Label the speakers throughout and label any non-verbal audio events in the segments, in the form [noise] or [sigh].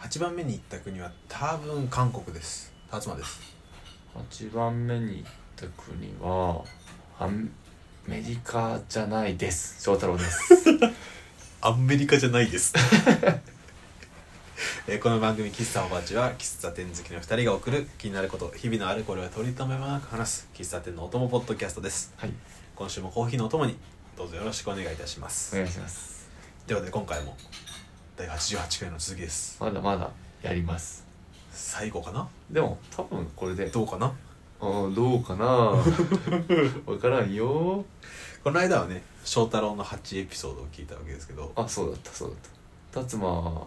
Speaker 1: 8番目に行った国は多分韓国です辰馬です
Speaker 2: 8番目に行った国はアメリカじゃないです翔太郎です
Speaker 1: アメリカじゃないです [laughs] えーこの番組「喫茶おばあち」は喫茶店好きの2人が送る気になること日々のあれこれを取り留めもなく話す喫茶店のお供ポッドキャストです
Speaker 2: はい
Speaker 1: 今週もコーヒーのお供にどうぞよろしくお願いいたします
Speaker 2: お願いします
Speaker 1: ということで今回も第88回の続きです
Speaker 2: まだまだやります
Speaker 1: 最後かな
Speaker 2: でも多分これで
Speaker 1: どうかな
Speaker 2: ああどうかなわからんよ
Speaker 1: この間はね翔太郎の8エピソードを聞いたわけですけど
Speaker 2: あそうだったそうだった辰馬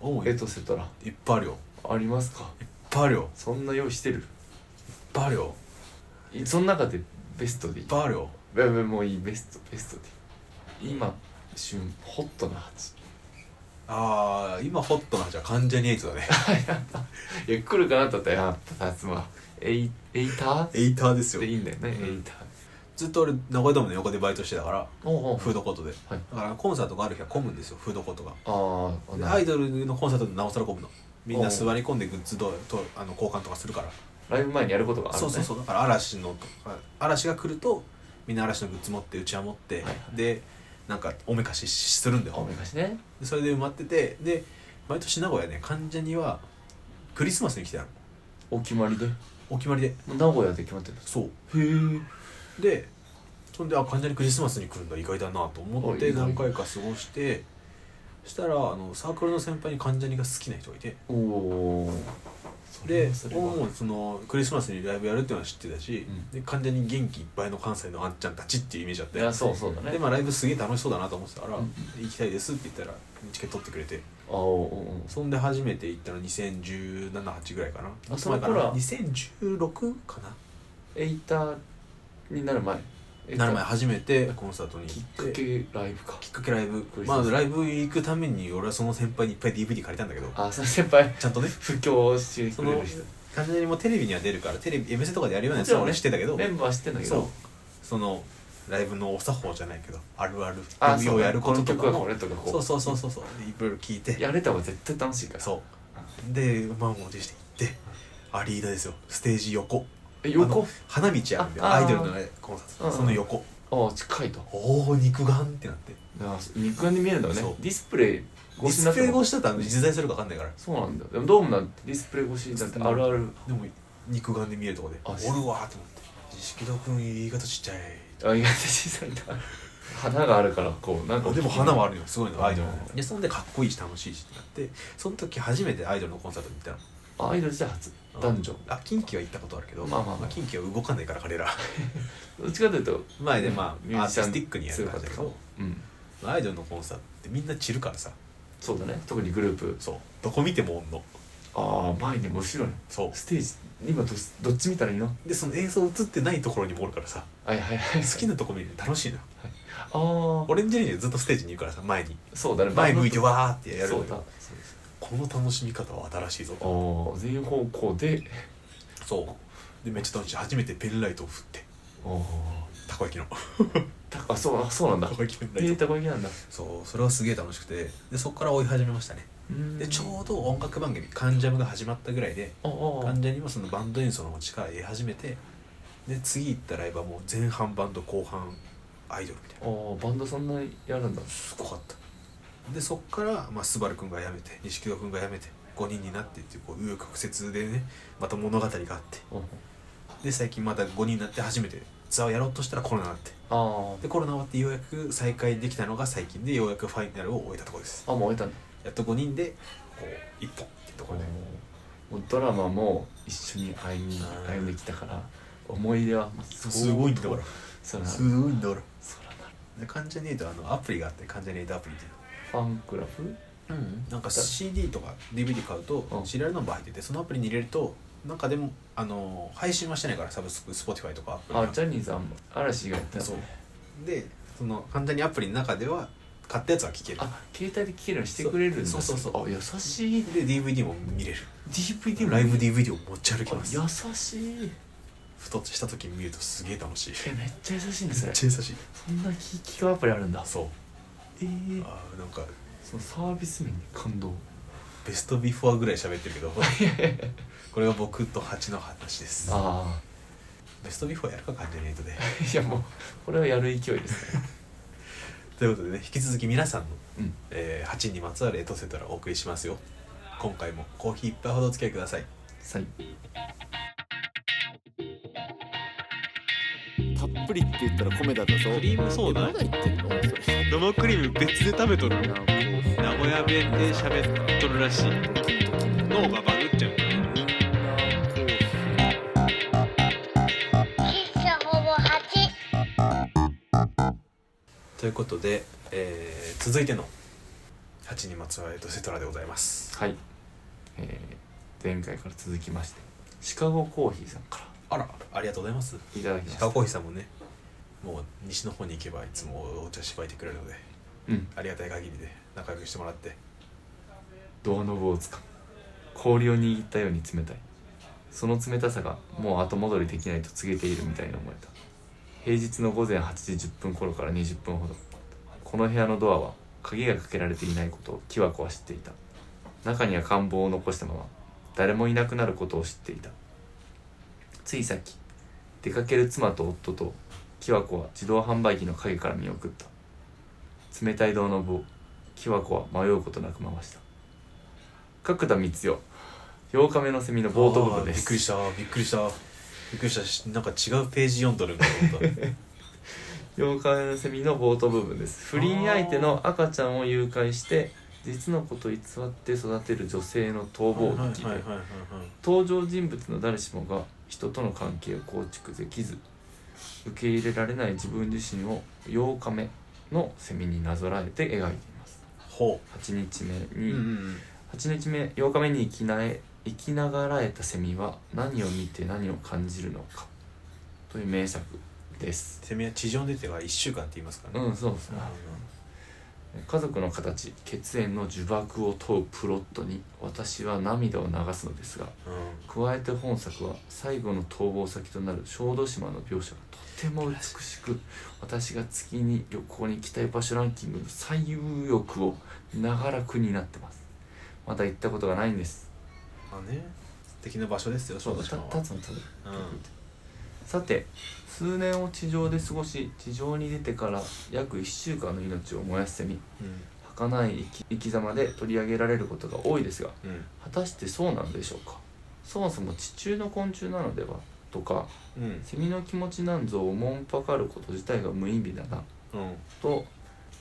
Speaker 1: おう
Speaker 2: エトセトラ
Speaker 1: いっぱいあるよ
Speaker 2: ありますか
Speaker 1: いっぱいあるよ
Speaker 2: そんな用意してる
Speaker 1: いっぱいあるよ
Speaker 2: いその中でベストでい
Speaker 1: い
Speaker 2: い
Speaker 1: っぱいあるよ
Speaker 2: いやいやもういいベストベストでいい今旬ホットな8
Speaker 1: ああ今ホットなじゃあ関ジャニエイトだ
Speaker 2: [laughs]
Speaker 1: ね
Speaker 2: いや来るかなと思ったらやっぱ辰馬エイエイター
Speaker 1: エイターです
Speaker 2: でいいんだよね、
Speaker 1: うん
Speaker 2: エイター
Speaker 1: ずっと俺名古屋ドームの横でバイトしてたから
Speaker 2: おうおう
Speaker 1: フードコートで、
Speaker 2: はい
Speaker 1: だからコンサートがある日は混むんですよフードコートが
Speaker 2: ああ
Speaker 1: でアイドルのコンサートでなおさら混むのみんな座り込んでグッズどとあの交換とかするから
Speaker 2: ライブ前にやることがあるね
Speaker 1: そうそうそうだから嵐のとか嵐が来るとみんな嵐のグッズ持ってうちわ持って、
Speaker 2: はいは
Speaker 1: でなんかおめかしするんだ
Speaker 2: お
Speaker 1: よ
Speaker 2: めかしね
Speaker 1: でそれで埋まっててで毎年名古屋ね関ジャニはクリスマスに来てたの
Speaker 2: お決まりで
Speaker 1: お決まりで
Speaker 2: 名古屋で決まってるんです
Speaker 1: そう
Speaker 2: へえ
Speaker 1: でそんであ関ジャニクリスマスに来るんだ意外だなと思って
Speaker 2: あ意外
Speaker 1: 何回か過ごしてそしたらあのサークルの先輩に関ジャニが好きな人がいて
Speaker 2: おお
Speaker 1: で
Speaker 2: それは
Speaker 1: もうそのクリスマスにライブやるっていうのは知ってたし、
Speaker 2: うん
Speaker 1: で関ジャニ元気いっぱいの関西のあんちゃんたちっていうイメージあっ
Speaker 2: い
Speaker 1: て
Speaker 2: やそうそうだね
Speaker 1: でまあライブすげえ楽しそうだなと思ってたから、
Speaker 2: うん
Speaker 1: 行きたいですって言ったらチケット取ってくれて
Speaker 2: あおうおうおう
Speaker 1: そんで初めて行ったの20178ぐらいかな
Speaker 2: あそ
Speaker 1: 前
Speaker 2: の
Speaker 1: か
Speaker 2: 頃
Speaker 1: ら
Speaker 2: は
Speaker 1: 2016かな
Speaker 2: エイターになる前エイ
Speaker 1: な
Speaker 2: ター
Speaker 1: る前初めてコンサートに
Speaker 2: き
Speaker 1: 行
Speaker 2: っ
Speaker 1: って
Speaker 2: かけライブか
Speaker 1: きっかけライブ
Speaker 2: クリス
Speaker 1: ま
Speaker 2: マス
Speaker 1: あライブ行くために俺はその先輩にいっぱい DVD 借りたんだけど
Speaker 2: あその先輩
Speaker 1: ちゃんとね
Speaker 2: 布教して
Speaker 1: そ
Speaker 2: くれ
Speaker 1: の
Speaker 2: る人
Speaker 1: 完全にもうテレビには出るからテレビ MC とかでやるようなやつは俺知ってたけど、
Speaker 2: メンバーは知ってんだけ
Speaker 1: そう
Speaker 2: ど
Speaker 1: そのライブのお作法じゃないけどあるある
Speaker 2: あ
Speaker 1: を
Speaker 2: そう
Speaker 1: やる
Speaker 2: こ
Speaker 1: こと
Speaker 2: の
Speaker 1: と
Speaker 2: 曲
Speaker 1: か
Speaker 2: はこ
Speaker 1: も
Speaker 2: れとかこう
Speaker 1: そうそうそうそうそういろいろ聞いて
Speaker 2: やれた方が絶対楽しいから
Speaker 1: そうで満を持して行ってアリーナですよステージ横
Speaker 2: え
Speaker 1: あ
Speaker 2: 横
Speaker 1: の花道あるんで
Speaker 2: あ
Speaker 1: アイドルのねコンサート
Speaker 2: うん
Speaker 1: その横
Speaker 2: ああ近いと
Speaker 1: おお肉眼ってなって
Speaker 2: あ肉眼で見えるんだよね
Speaker 1: そう
Speaker 2: ディスプレイ
Speaker 1: ディ
Speaker 2: 越しに
Speaker 1: ス
Speaker 2: なっ
Speaker 1: プ
Speaker 2: て
Speaker 1: レイ
Speaker 2: も
Speaker 1: 越しだったら実在するか分かんないから
Speaker 2: そうなんだよでもドームなんてディスプレイ越しなんてあるある
Speaker 1: でも肉眼で見えるとこで「お
Speaker 2: あ
Speaker 1: るわ」
Speaker 2: そう
Speaker 1: と思って「錦戸君言い方ちっちゃい
Speaker 2: あ意外と小さいん [laughs] だ花があるからこうなん」か
Speaker 1: でも花はあるよすごいのアイドルの
Speaker 2: う
Speaker 1: でそんでかっこいいし楽しいしってなってその時初めてアイドルのコンサートに行ったの
Speaker 2: アイドルじゃ初男女
Speaker 1: あ近畿は行ったことあるけど
Speaker 2: まあまあまあ
Speaker 1: 近畿は動かないから彼ら
Speaker 2: どっちかというと
Speaker 1: 前でま
Speaker 2: ミュ
Speaker 1: あアー
Speaker 2: ージシ
Speaker 1: ティ
Speaker 2: ャン
Speaker 1: スティックにやる感じだけど
Speaker 2: うん
Speaker 1: アイドルのコンサートってみんな散るからさ
Speaker 2: そうだね特にグループ
Speaker 1: そうどこ見てもおんの
Speaker 2: ああ前にも後ろに
Speaker 1: そ
Speaker 2: ステージ今どどっち見たらいいの
Speaker 1: うでその映像映ってないところにもおるからさ
Speaker 2: はいはいはい
Speaker 1: 好きなとこ見るの楽しいのよ
Speaker 2: ああ
Speaker 1: オレンジェリーはずっとステージにいるからさ前に
Speaker 2: そうだね
Speaker 1: 前向いてわーってやる
Speaker 2: そ
Speaker 1: の
Speaker 2: うだ
Speaker 1: よこの楽しみ方は新しいぞと
Speaker 2: ああ全方向
Speaker 1: [laughs]
Speaker 2: で
Speaker 1: そうでめっちゃ楽しい初めてペンライトを振って
Speaker 2: ああ
Speaker 1: たこ焼きの
Speaker 2: たあそうあそうなん
Speaker 1: た
Speaker 2: だ
Speaker 1: こ焼きペンラ
Speaker 2: え
Speaker 1: イ
Speaker 2: え
Speaker 1: ト
Speaker 2: たこ焼きなんだ
Speaker 1: そうそれはすげえ楽しくてでそこから追い始めましたね
Speaker 2: うん
Speaker 1: でちょうど音楽番組「関ジャム」が始まったぐらいで
Speaker 2: あああ
Speaker 1: 関ジャムもそのバンド演奏の方力を得始めてで次行ったライブはもう前半バンド後半アイドルみたいな
Speaker 2: あーバンドそんなにやるんだ
Speaker 1: すごかったでそっから、まあ、スバル君が辞めて錦戸君が辞めて5人になってっていうこう紆余曲折でねまた物語があって
Speaker 2: うん
Speaker 1: で最近また5人になって初めてツアーをやろうとしたらコロナになって
Speaker 2: あ
Speaker 1: でコロナ終わってようやく再開できたのが最近でようやくファイナルを終えたところです
Speaker 2: ああもう終えたんだ
Speaker 1: やっと5人でこう1本ってところで
Speaker 2: おーもうドラマも一緒に歩み
Speaker 1: うん
Speaker 2: 歩んできたから思い出は相当そらそ
Speaker 1: ごいんだから
Speaker 2: らな
Speaker 1: で関ジャニエイトはあのアプリがあって関ジャニエイトアプリっていう
Speaker 2: ファンクラブ
Speaker 1: うん、なんか CD とか DVD 買う
Speaker 2: う
Speaker 1: と
Speaker 2: ん
Speaker 1: シリアルナンバー入っててそのアプリに入れるとなんかでもあの配信はしてないからサブスク Spotify とかアプリ
Speaker 2: あジャニーズあんま嵐がやった
Speaker 1: そうでその簡単にアプリの中では買ったやつは聴ける
Speaker 2: あ携帯で聴けるようにしてくれるんだ
Speaker 1: そうそうそうそう
Speaker 2: あ優しい
Speaker 1: で DVD も見れる
Speaker 2: DVD も
Speaker 1: ライブ DVD を持ち歩き
Speaker 2: あ
Speaker 1: ます
Speaker 2: 優しい
Speaker 1: ふとした時に見るとすげえ楽しい
Speaker 2: えめっちゃ優しいんです
Speaker 1: め
Speaker 2: ね
Speaker 1: っちゃ優しい
Speaker 2: そんな聞きアプリあるんだ
Speaker 1: そう
Speaker 2: ええ
Speaker 1: あーなんか
Speaker 2: そのサービス面に感動
Speaker 1: ベストビフォーぐらい喋ってるけ [laughs] どこれが僕と蜂の話です
Speaker 2: あ
Speaker 1: ベストビフォーやるか関ジャニエイトで
Speaker 2: あいやもうこれはやる勢いですね
Speaker 1: [laughs] ということでね引き続き皆さんの、
Speaker 2: うん
Speaker 1: えー蜂にまつわるエトセトラをお送りしますよ今回もコーヒー一杯ほどお付き合いください
Speaker 2: 最
Speaker 3: たっぷりって言ったら米だったぞ
Speaker 1: クリームソーダ
Speaker 3: まだ言ってんのそれ
Speaker 1: 生クリーム別で食べとる
Speaker 3: なんかこ
Speaker 1: 名古屋弁で喋っとるらしいう
Speaker 3: ドキッときに
Speaker 1: 脳がバグっちゃうからね
Speaker 3: なんかこう
Speaker 4: 喫茶ほぼ8。
Speaker 1: ということで、えー続いての蜂にまつわるエトセトラでございます
Speaker 2: はい、えー、前回から続きましてシカゴコーヒーさんから
Speaker 1: あらありがとうございます
Speaker 2: いただきまし
Speaker 1: シ
Speaker 2: た
Speaker 1: カゴコーヒーさんもねもう西の方に行けばいつもお茶しばいてくれるので
Speaker 2: うん
Speaker 1: ありがたい限りで仲良くしてもらって
Speaker 2: ドアノブをつかむ氷を握ったように冷たいその冷たさがもう後戻りできないと告げているみたいに思えた平日の午前8時10分頃から20分ほどこの部屋のドアは鍵がかけられていないことをキワコは知っていた中には看板を残したまま誰もいなくなることを知っていたついさっき出かける妻と夫とキワコは自動販売機の陰から見送った冷たいドアノブをキワコは迷うことなく回した角田光代8日目のセミの冒頭部分で
Speaker 1: あーびっくりし
Speaker 2: す
Speaker 1: たびっくりしたびっくりしたしなんか違うページ読んどるんかと思った
Speaker 2: 8日目のセミの冒頭部分です不倫相手の赤ちゃんを誘拐して実のことを偽って育てる女性の逃
Speaker 1: はいはい
Speaker 2: 亡劇
Speaker 1: はい
Speaker 2: で
Speaker 1: はいはい
Speaker 2: 登場人物の誰しもが人との関係を構築できず受け入れられない自分自身を8日目のセミになぞらえて描いています
Speaker 1: ほ
Speaker 2: 8日目
Speaker 1: う、
Speaker 2: に、8日目8日目に生きなえ生きながらえたセミは何を見て何を感じるのかという名作です
Speaker 1: セミは地上に出てから1週間って言いますからね、
Speaker 2: うんそうですね家族の形血縁の呪縛を問うプロットに私は涙を流すのですが
Speaker 1: うんうん
Speaker 2: 加えて本作は最後の逃亡先となる小豆島の描写がとても美しく私が月に旅行に行きたい場所ランキングの最有力を長らくになってますまだ行ったことがないんです
Speaker 1: まあね素敵な場所ですよ小豆島は
Speaker 2: た立つのた
Speaker 1: う
Speaker 2: だ
Speaker 1: ん
Speaker 2: さて数年を地上で過ごし地上に出てから約1週間の命を燃やすセミ
Speaker 1: う
Speaker 2: 儚い生き生き様で取り上げられることが多いですが
Speaker 1: んうん
Speaker 2: 果たしてそうなんでしょうかそもそも地中の昆虫なのではとか
Speaker 1: うん
Speaker 2: セミの気持ちなんぞをおもんぱかること自体が無意味だな
Speaker 1: うん
Speaker 2: と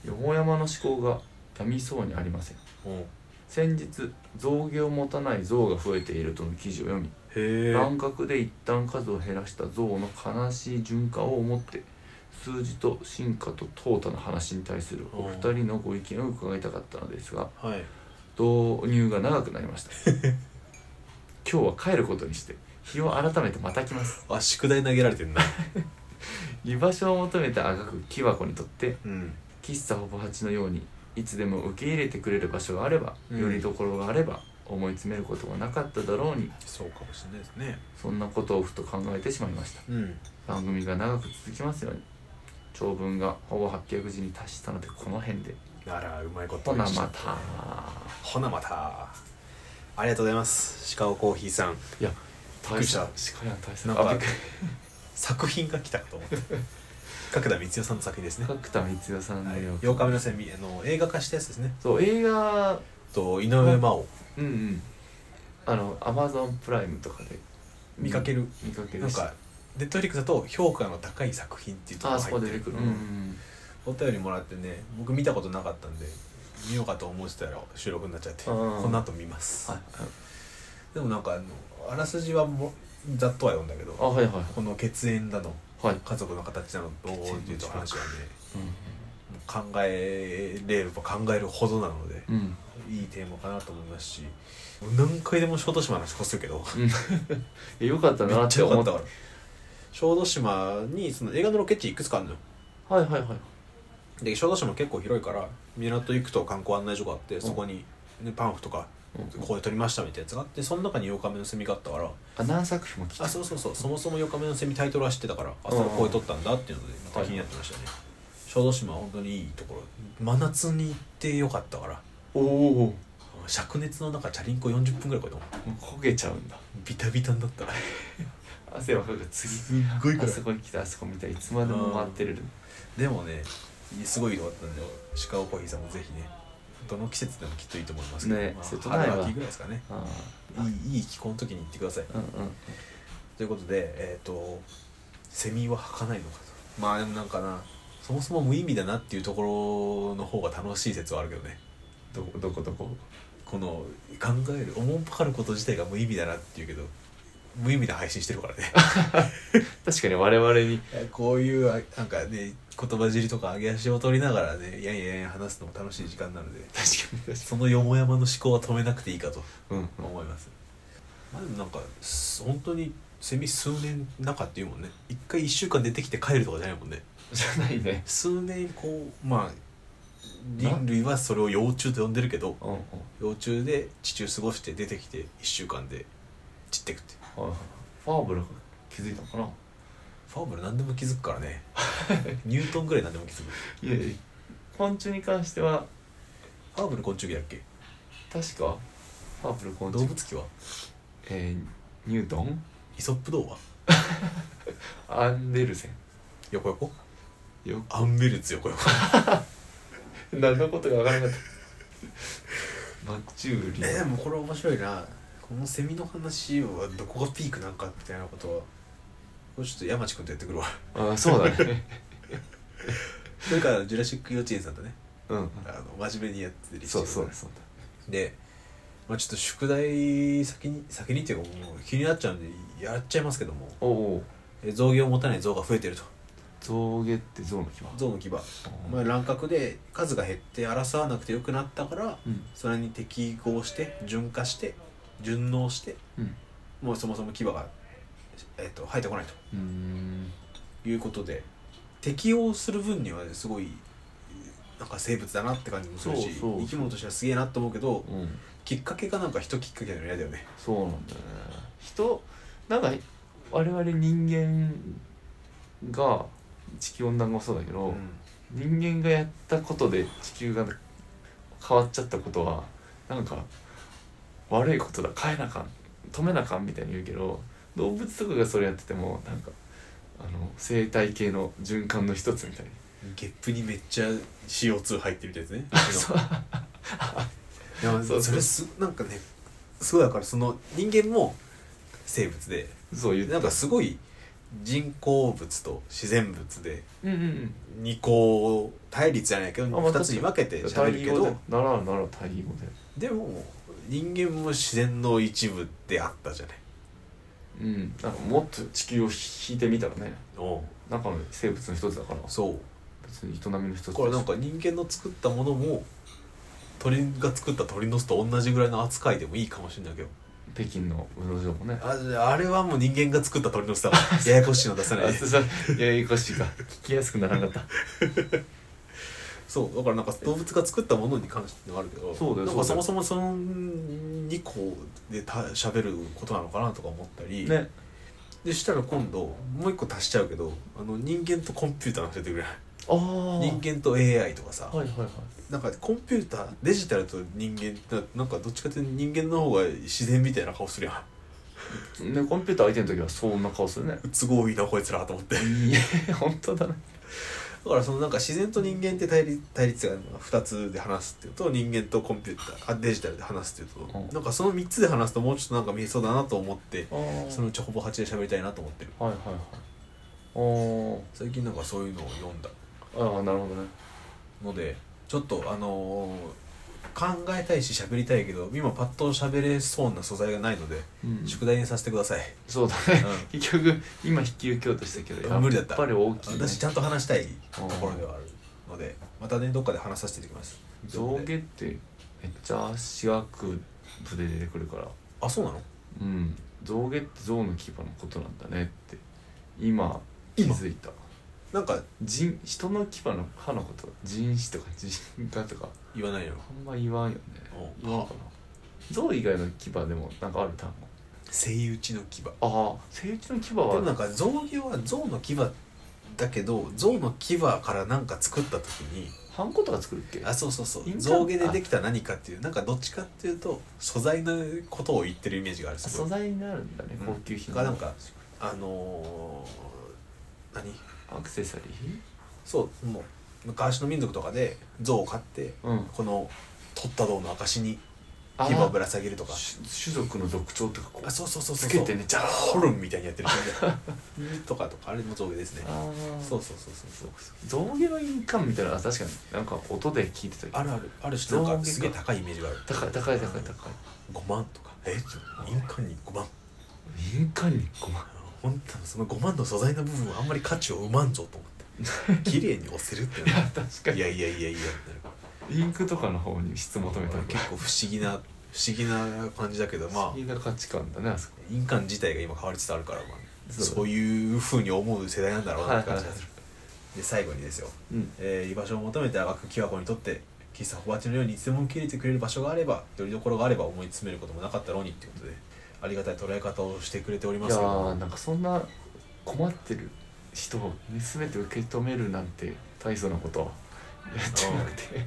Speaker 2: 横山の思考がやみそうにありません
Speaker 1: うん
Speaker 2: 先日象牙を持たない象が増えているとの記事を読み
Speaker 1: へえ
Speaker 2: 乱獲で一旦数を減らした象の悲しい循環を思って数字と進化と淘汰の話に対するお二人のご意見を伺いたかったのですが
Speaker 1: はい
Speaker 2: 導入が長くなりました [laughs] 今日は帰ることにして日を改めてまた来ます
Speaker 1: あ宿題投げられてんな
Speaker 2: 居場所を求めてあがく木箱にとって
Speaker 1: うん
Speaker 2: 喫茶ほぼ八のようにいつでも受け入れてくれる場所があれば
Speaker 1: うん
Speaker 2: よりどころがあれば思い詰めることがなかっただろうに
Speaker 1: そうかもしれないですね
Speaker 2: そんなことをふと考えてしまいました
Speaker 1: うん
Speaker 2: 番組が長く続きますように長文がほぼ800字に達したのでこの辺で
Speaker 1: ならうまいこと
Speaker 2: ほな
Speaker 1: 言い
Speaker 2: ま
Speaker 1: したほなまたありがとうございますシカゴコーヒーさん
Speaker 2: いや
Speaker 1: っく
Speaker 2: 大
Speaker 1: りした
Speaker 2: 作しかや大
Speaker 1: なん
Speaker 2: 作
Speaker 1: か
Speaker 2: あびっくり
Speaker 1: 作品が来たかと思った
Speaker 2: [laughs]
Speaker 1: 角田光代さんの作品ですね、
Speaker 2: 角田光代さんの
Speaker 1: はい、
Speaker 2: よう
Speaker 1: 8日目のセミあの映画化したやつですね
Speaker 2: そう映画
Speaker 1: と井上真央
Speaker 2: うんうんあのアマゾンプライムとかで
Speaker 1: 見かける
Speaker 2: 見かけ
Speaker 1: な
Speaker 2: る
Speaker 1: ん
Speaker 2: し
Speaker 1: かネットフリックスだと評価の高い作品っていうとこ
Speaker 2: あ
Speaker 1: ろ
Speaker 2: あ
Speaker 1: が
Speaker 2: そ
Speaker 1: 入
Speaker 2: こ
Speaker 1: って
Speaker 2: で
Speaker 1: る
Speaker 2: 出てくる、
Speaker 1: う
Speaker 2: うんんうん
Speaker 1: お便りもらってね僕見たことなかったんで見ようかと思ってたら収録になっちゃって
Speaker 2: あー
Speaker 1: この後見ます
Speaker 2: はい
Speaker 1: でもなんかあのあらすじはもざっとは読んだけど
Speaker 2: あはいはいはい
Speaker 1: この血縁だの
Speaker 2: はい、
Speaker 1: 家族の形なのどうっていうと話はね
Speaker 2: う
Speaker 1: もう考えれば考えるほどなので
Speaker 2: んうん
Speaker 1: いいテーマかなと思いますし何回でも小豆島の話こするけど
Speaker 2: い [laughs] やよかった
Speaker 1: め
Speaker 2: な
Speaker 1: っ
Speaker 2: っ
Speaker 1: ちゃ
Speaker 2: て
Speaker 1: 良か
Speaker 2: 思
Speaker 1: っ
Speaker 2: ったた
Speaker 1: から小豆島にその映画のロケ地いくつかあるのよ
Speaker 2: はいはいはい
Speaker 1: で小豆島結構広いから港行くと観光案内所があってそこに、ね、パンフとか
Speaker 2: うん
Speaker 1: こういう撮りましたみたいなやつがあってその中に8日目のセミがあったから
Speaker 2: あ何作品も来た
Speaker 1: あそうそうそうそもそも8日目のセミタイトルは知ってたからあそれこういう撮ったんだっていうのでまた気になってましたね、小豆島は本当にいいところ真夏に行ってよかったから
Speaker 2: おお
Speaker 1: 灼熱の中チャリンコ40分ぐらいこうやって
Speaker 2: もう焦げちゃうんだ
Speaker 1: ビタビタになったら
Speaker 2: 汗はかく次
Speaker 1: すっごい
Speaker 2: あ
Speaker 1: からい
Speaker 2: そこに来たあそこ見たいつまでも待ってれる
Speaker 1: でもねすごい良かったんで鹿尾コーヒーさんもぜひねどの季節でもきっといいと思いますけど、
Speaker 2: ね
Speaker 1: まあ
Speaker 2: 瀬戸内は
Speaker 1: 春秋ぐらいですかね
Speaker 2: あ
Speaker 1: いいいい気候の時に行ってください
Speaker 2: あうんうん
Speaker 1: ということでえっ、とセミは吐かないのかとまあでもなんかなそもそも無意味だなっていうところの方が楽しい説はあるけどね
Speaker 2: どこどこどこ
Speaker 1: この考えるおもんぱかること自体が無意味だなっていうけど無意味な配信してるからね
Speaker 2: 確かに我々に
Speaker 1: [laughs] こういうあなんかね言葉尻とか上げ足を取りながらねいやいやいや話すのも楽しい時間なので
Speaker 2: 確かに確か
Speaker 1: そのよもやまの思考は止めなくていいかと
Speaker 2: にうんうん
Speaker 1: 思います、まあでもなんかす本当にセミ数年中っていうもんね一回1週間出てきて帰るとかじゃないもんね
Speaker 2: じゃないね
Speaker 1: 数年こうまあ人類はそれを幼虫と呼んでるけど
Speaker 2: うんうん
Speaker 1: 幼虫で地中過ごして出てきて1週間で散ってくって
Speaker 2: はいはいファーブルが気づいたのかな
Speaker 1: ファーブル何でも気づくから [laughs] ねニュートンぐらい何でも気づく
Speaker 2: いやいや昆虫に関しては
Speaker 1: ファーブル昆虫記だっけ
Speaker 2: 確かファーブル昆
Speaker 1: 動
Speaker 2: 虫
Speaker 1: 物記は
Speaker 2: えー、ニュートン
Speaker 1: イソップ童話
Speaker 2: アンデルセ
Speaker 1: 横横
Speaker 2: ンよ
Speaker 1: アンベルツ横横
Speaker 2: 何のことが分からなか [laughs] ったマチューリン、
Speaker 1: えー、もうこれ面白いなこのセミの話はどこがピークなんかみたいなことはこれちょっと山地君とやってくるわ
Speaker 2: ああそうだね
Speaker 1: [laughs] それからジュラシック幼稚園さんとね
Speaker 2: [laughs] うん
Speaker 1: あの真面目にやってる
Speaker 2: そうそうだそう
Speaker 1: で、まあ、ちょっと宿題先に先にっていうかもう気になっちゃうんでやっちゃいますけども
Speaker 2: だおお
Speaker 1: え象牙を持たない象が増えてると
Speaker 2: 象牙って象の牙
Speaker 1: 象の牙、
Speaker 2: うん
Speaker 1: まあ、乱獲で数が減って争わなくてよくなったから
Speaker 2: うん
Speaker 1: それに適合して順化して順応して
Speaker 2: うん
Speaker 1: もうそもそも牙が、えっと生えてこないと
Speaker 2: うーん
Speaker 1: いうことで適応する分にはすごいなんか生物だなって感じもするし
Speaker 2: そうそう
Speaker 1: 生き物としてはすげえなと思うけど
Speaker 2: うん
Speaker 1: きっかけがなんか人きっかけなの嫌だよね
Speaker 2: そうなんだよね人なんか我々人間が地球温暖化もそうだけど、
Speaker 1: う
Speaker 2: 人間がやったことで地球が変わっちゃったことはなんか悪いことだ変えなあかん止めなあかんみたいに言うけど動物とかがそれやっててもなんかあの生態系の循環の一つみたいに
Speaker 1: んゲップにめっちゃ CO2 入ってるみたいで
Speaker 2: [laughs]
Speaker 1: すね
Speaker 2: そう
Speaker 1: いや
Speaker 2: そう
Speaker 1: それすなんかねすごいだからその人間も生物で
Speaker 2: そう言って
Speaker 1: なんかすごい人工物と自然物で
Speaker 2: うんうんうん
Speaker 1: 二項対立じゃないけど
Speaker 2: あまあ
Speaker 1: 2つに分けて喋るけ
Speaker 2: 対義語
Speaker 1: ど
Speaker 2: でならなら対義語で
Speaker 1: でも人間も自然の一部であったじゃない
Speaker 2: うんなんかもっと地球を引いてみたらね
Speaker 1: お
Speaker 2: 中の生物の一つだから
Speaker 1: そう
Speaker 2: 別に営みの一つだし
Speaker 1: だからなんか人間の作ったものも鳥が作った鳥の巣と同じぐらいの扱いでもいいかもしれないけど
Speaker 2: 北京のうろじょもね
Speaker 1: ああれはもう人間が作った鳥の
Speaker 2: [laughs]
Speaker 1: 巣だからややこしいの出さない
Speaker 2: あそうそう [laughs] ややこしいか聞きやすくならなかった
Speaker 1: そうだからなんか動物が作ったものに関してはあるけど
Speaker 2: そうだよ
Speaker 1: なんか
Speaker 2: そ
Speaker 1: そう
Speaker 2: だ
Speaker 1: も
Speaker 2: よ
Speaker 1: そもその2個でた喋ることなのかなとか思った [laughs] り、
Speaker 2: ね
Speaker 1: でしたら今度もう一個足しちゃうけどあの人間とコンピューターの話出てくれない
Speaker 2: ああ
Speaker 1: 人間と AI とかさ、
Speaker 2: はいはいはい
Speaker 1: なんかコンピューターデジタルと人間ってなんかどっちかっていうと人間の方が自然みたいな顔するや
Speaker 2: ねコンピューター相手の時はそんな顔するね
Speaker 1: ん都合いいなこいつらと思って
Speaker 2: いや本当だね
Speaker 1: だからそのなんか自然と人間って対立対立が2つで話すっていうと人間とコンピューターあデジタルで話すっていうと、
Speaker 2: うん
Speaker 1: なんかその3つで話すともうちょっとなんか見えそうだなと思って
Speaker 2: ああはい
Speaker 1: そのうちほぼ8で喋りたいなと思ってる
Speaker 2: はいはいあ
Speaker 1: 最近なんかそういうのを読んだ
Speaker 2: ーあーなるほどね
Speaker 1: のでちょっとあのー考えたいし喋りたいけど今パッと喋れそうな素材がないので、
Speaker 2: うん
Speaker 1: 宿題にさせてください、
Speaker 2: そうだね結局今引き受けようとしたけどや
Speaker 1: 無理だった
Speaker 2: っぱり大きいね
Speaker 1: 私ちゃんと話したいところではあるのでまたねどっかで話させていただきます
Speaker 2: 象牙ってめっちゃ足学部で出てくるから
Speaker 1: あそうなの
Speaker 2: うん象牙って象の牙のことなんだねって今気
Speaker 1: 今
Speaker 2: づいた
Speaker 1: なんか
Speaker 2: 人人の牙の歯のこと人歯とか人牙とか
Speaker 1: 言わないよ
Speaker 2: あんま言わんよね
Speaker 1: うん
Speaker 2: 言わんかな象以外の牙でもなんかある単語
Speaker 1: セイウチの牙で
Speaker 2: ああセイウチの牙
Speaker 1: もな
Speaker 2: は
Speaker 1: んか象牙は象の牙だけど象の牙からなんか作った時に
Speaker 2: ハンコとか作るっけ
Speaker 1: あそうそうそう
Speaker 2: 印鑑
Speaker 1: 象牙でできた何かっていうなんかどっちかっていうと素材のことを言ってるイメージがある
Speaker 2: あ
Speaker 1: す
Speaker 2: 素
Speaker 1: ごい
Speaker 2: 材になるんだね、
Speaker 1: うん
Speaker 2: 高級品
Speaker 1: がなんかあのー何
Speaker 2: アクセサリ
Speaker 1: そうもう昔の民族とかで象を飼って
Speaker 2: ーうん
Speaker 1: この取った銅の証に
Speaker 2: あー
Speaker 1: 牙をぶら下げるとか
Speaker 2: 種種族の特徴とかこう
Speaker 1: あそうそうそうそう
Speaker 2: つけてねじゃあ
Speaker 1: ホルンみたいにやってる人で [laughs] とかとかあれも象牙ですね
Speaker 2: あー
Speaker 1: そうそうそうそうそう
Speaker 2: 象牙の印鑑みたいなのは確かになんか音で聞いてたけど
Speaker 1: あるあるあるしなん
Speaker 2: 象牙
Speaker 1: か
Speaker 2: か
Speaker 1: すげえ高いイメージがある
Speaker 2: 高い高い高い高い
Speaker 1: 5万とかえ印鑑に5万
Speaker 2: 印鑑に5万
Speaker 1: 本当にその5万の素材の部分はあんまり価値を生まんぞと思
Speaker 2: [laughs]
Speaker 1: って綺麗に押せるってな
Speaker 2: [laughs] 確か
Speaker 1: い
Speaker 2: に
Speaker 1: やいやい
Speaker 2: [laughs]
Speaker 1: やいやって
Speaker 2: インクとかの方に質求
Speaker 1: な
Speaker 2: め
Speaker 1: る
Speaker 2: たのか
Speaker 1: 結構不思議な不思議な感じだけど
Speaker 2: 不
Speaker 1: ま
Speaker 2: 思
Speaker 1: あ
Speaker 2: 議な価値観だねあそこ
Speaker 1: 印鑑自体が今変わりつつあるから、まあ
Speaker 2: そうだ
Speaker 1: そういうふうに思う世代なんだろうなって感じが
Speaker 2: はい
Speaker 1: す
Speaker 2: は
Speaker 1: るで最後にですよ、
Speaker 2: うん
Speaker 1: えー居場所を求めて淡くキワコにとって喫茶ホバチのようにいつでも受け入れてくれる場所があればよりどころがあれば思い詰めることもなかったろうにっていうことでありがたい捉え方をしてくれており
Speaker 2: い
Speaker 1: ま
Speaker 2: や
Speaker 1: すけど
Speaker 2: ーなんかそんな困ってる人を全て受け止めるなんて大層なことはやってなくて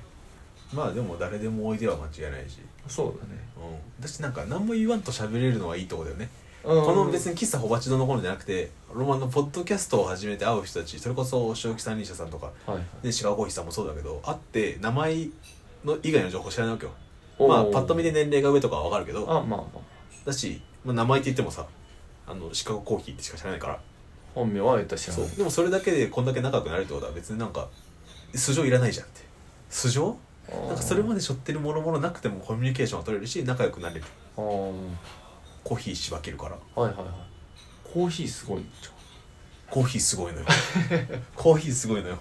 Speaker 1: まあでも誰でもおいでは間違いないし
Speaker 2: そうだね
Speaker 1: うん、私なんか何も言わんと喋れるのはいいとこだよね、
Speaker 2: うん
Speaker 1: この別に喫茶ほばちどの頃じゃなくてロマンのポッドキャストを始めて会う人たちそれこそ塩木三輪車さんとか
Speaker 2: はいはい
Speaker 1: で白コーヒーさんもそうだけど会って名前の以外の情報知らないわけよ
Speaker 2: おー
Speaker 1: まあパッと見で年齢が上とかは分かるけど
Speaker 2: あまあまあ
Speaker 1: だし、まあ、名前って言ってもさあのシカゴコーヒーってしか知らないから
Speaker 2: 本名は言ったし
Speaker 1: そうでもそれだけでこんだけ仲良くなるってことは別になんか素性いらないじゃんって素性なんかそれまで背負ってるものものなくてもコミュニケーションは取れるし仲良くなれる
Speaker 2: あー
Speaker 1: コーヒーしばけるから
Speaker 2: はいはいはいコーヒーすごいじゃん
Speaker 1: コーヒーすご [laughs] いのよコーヒーすごいのよ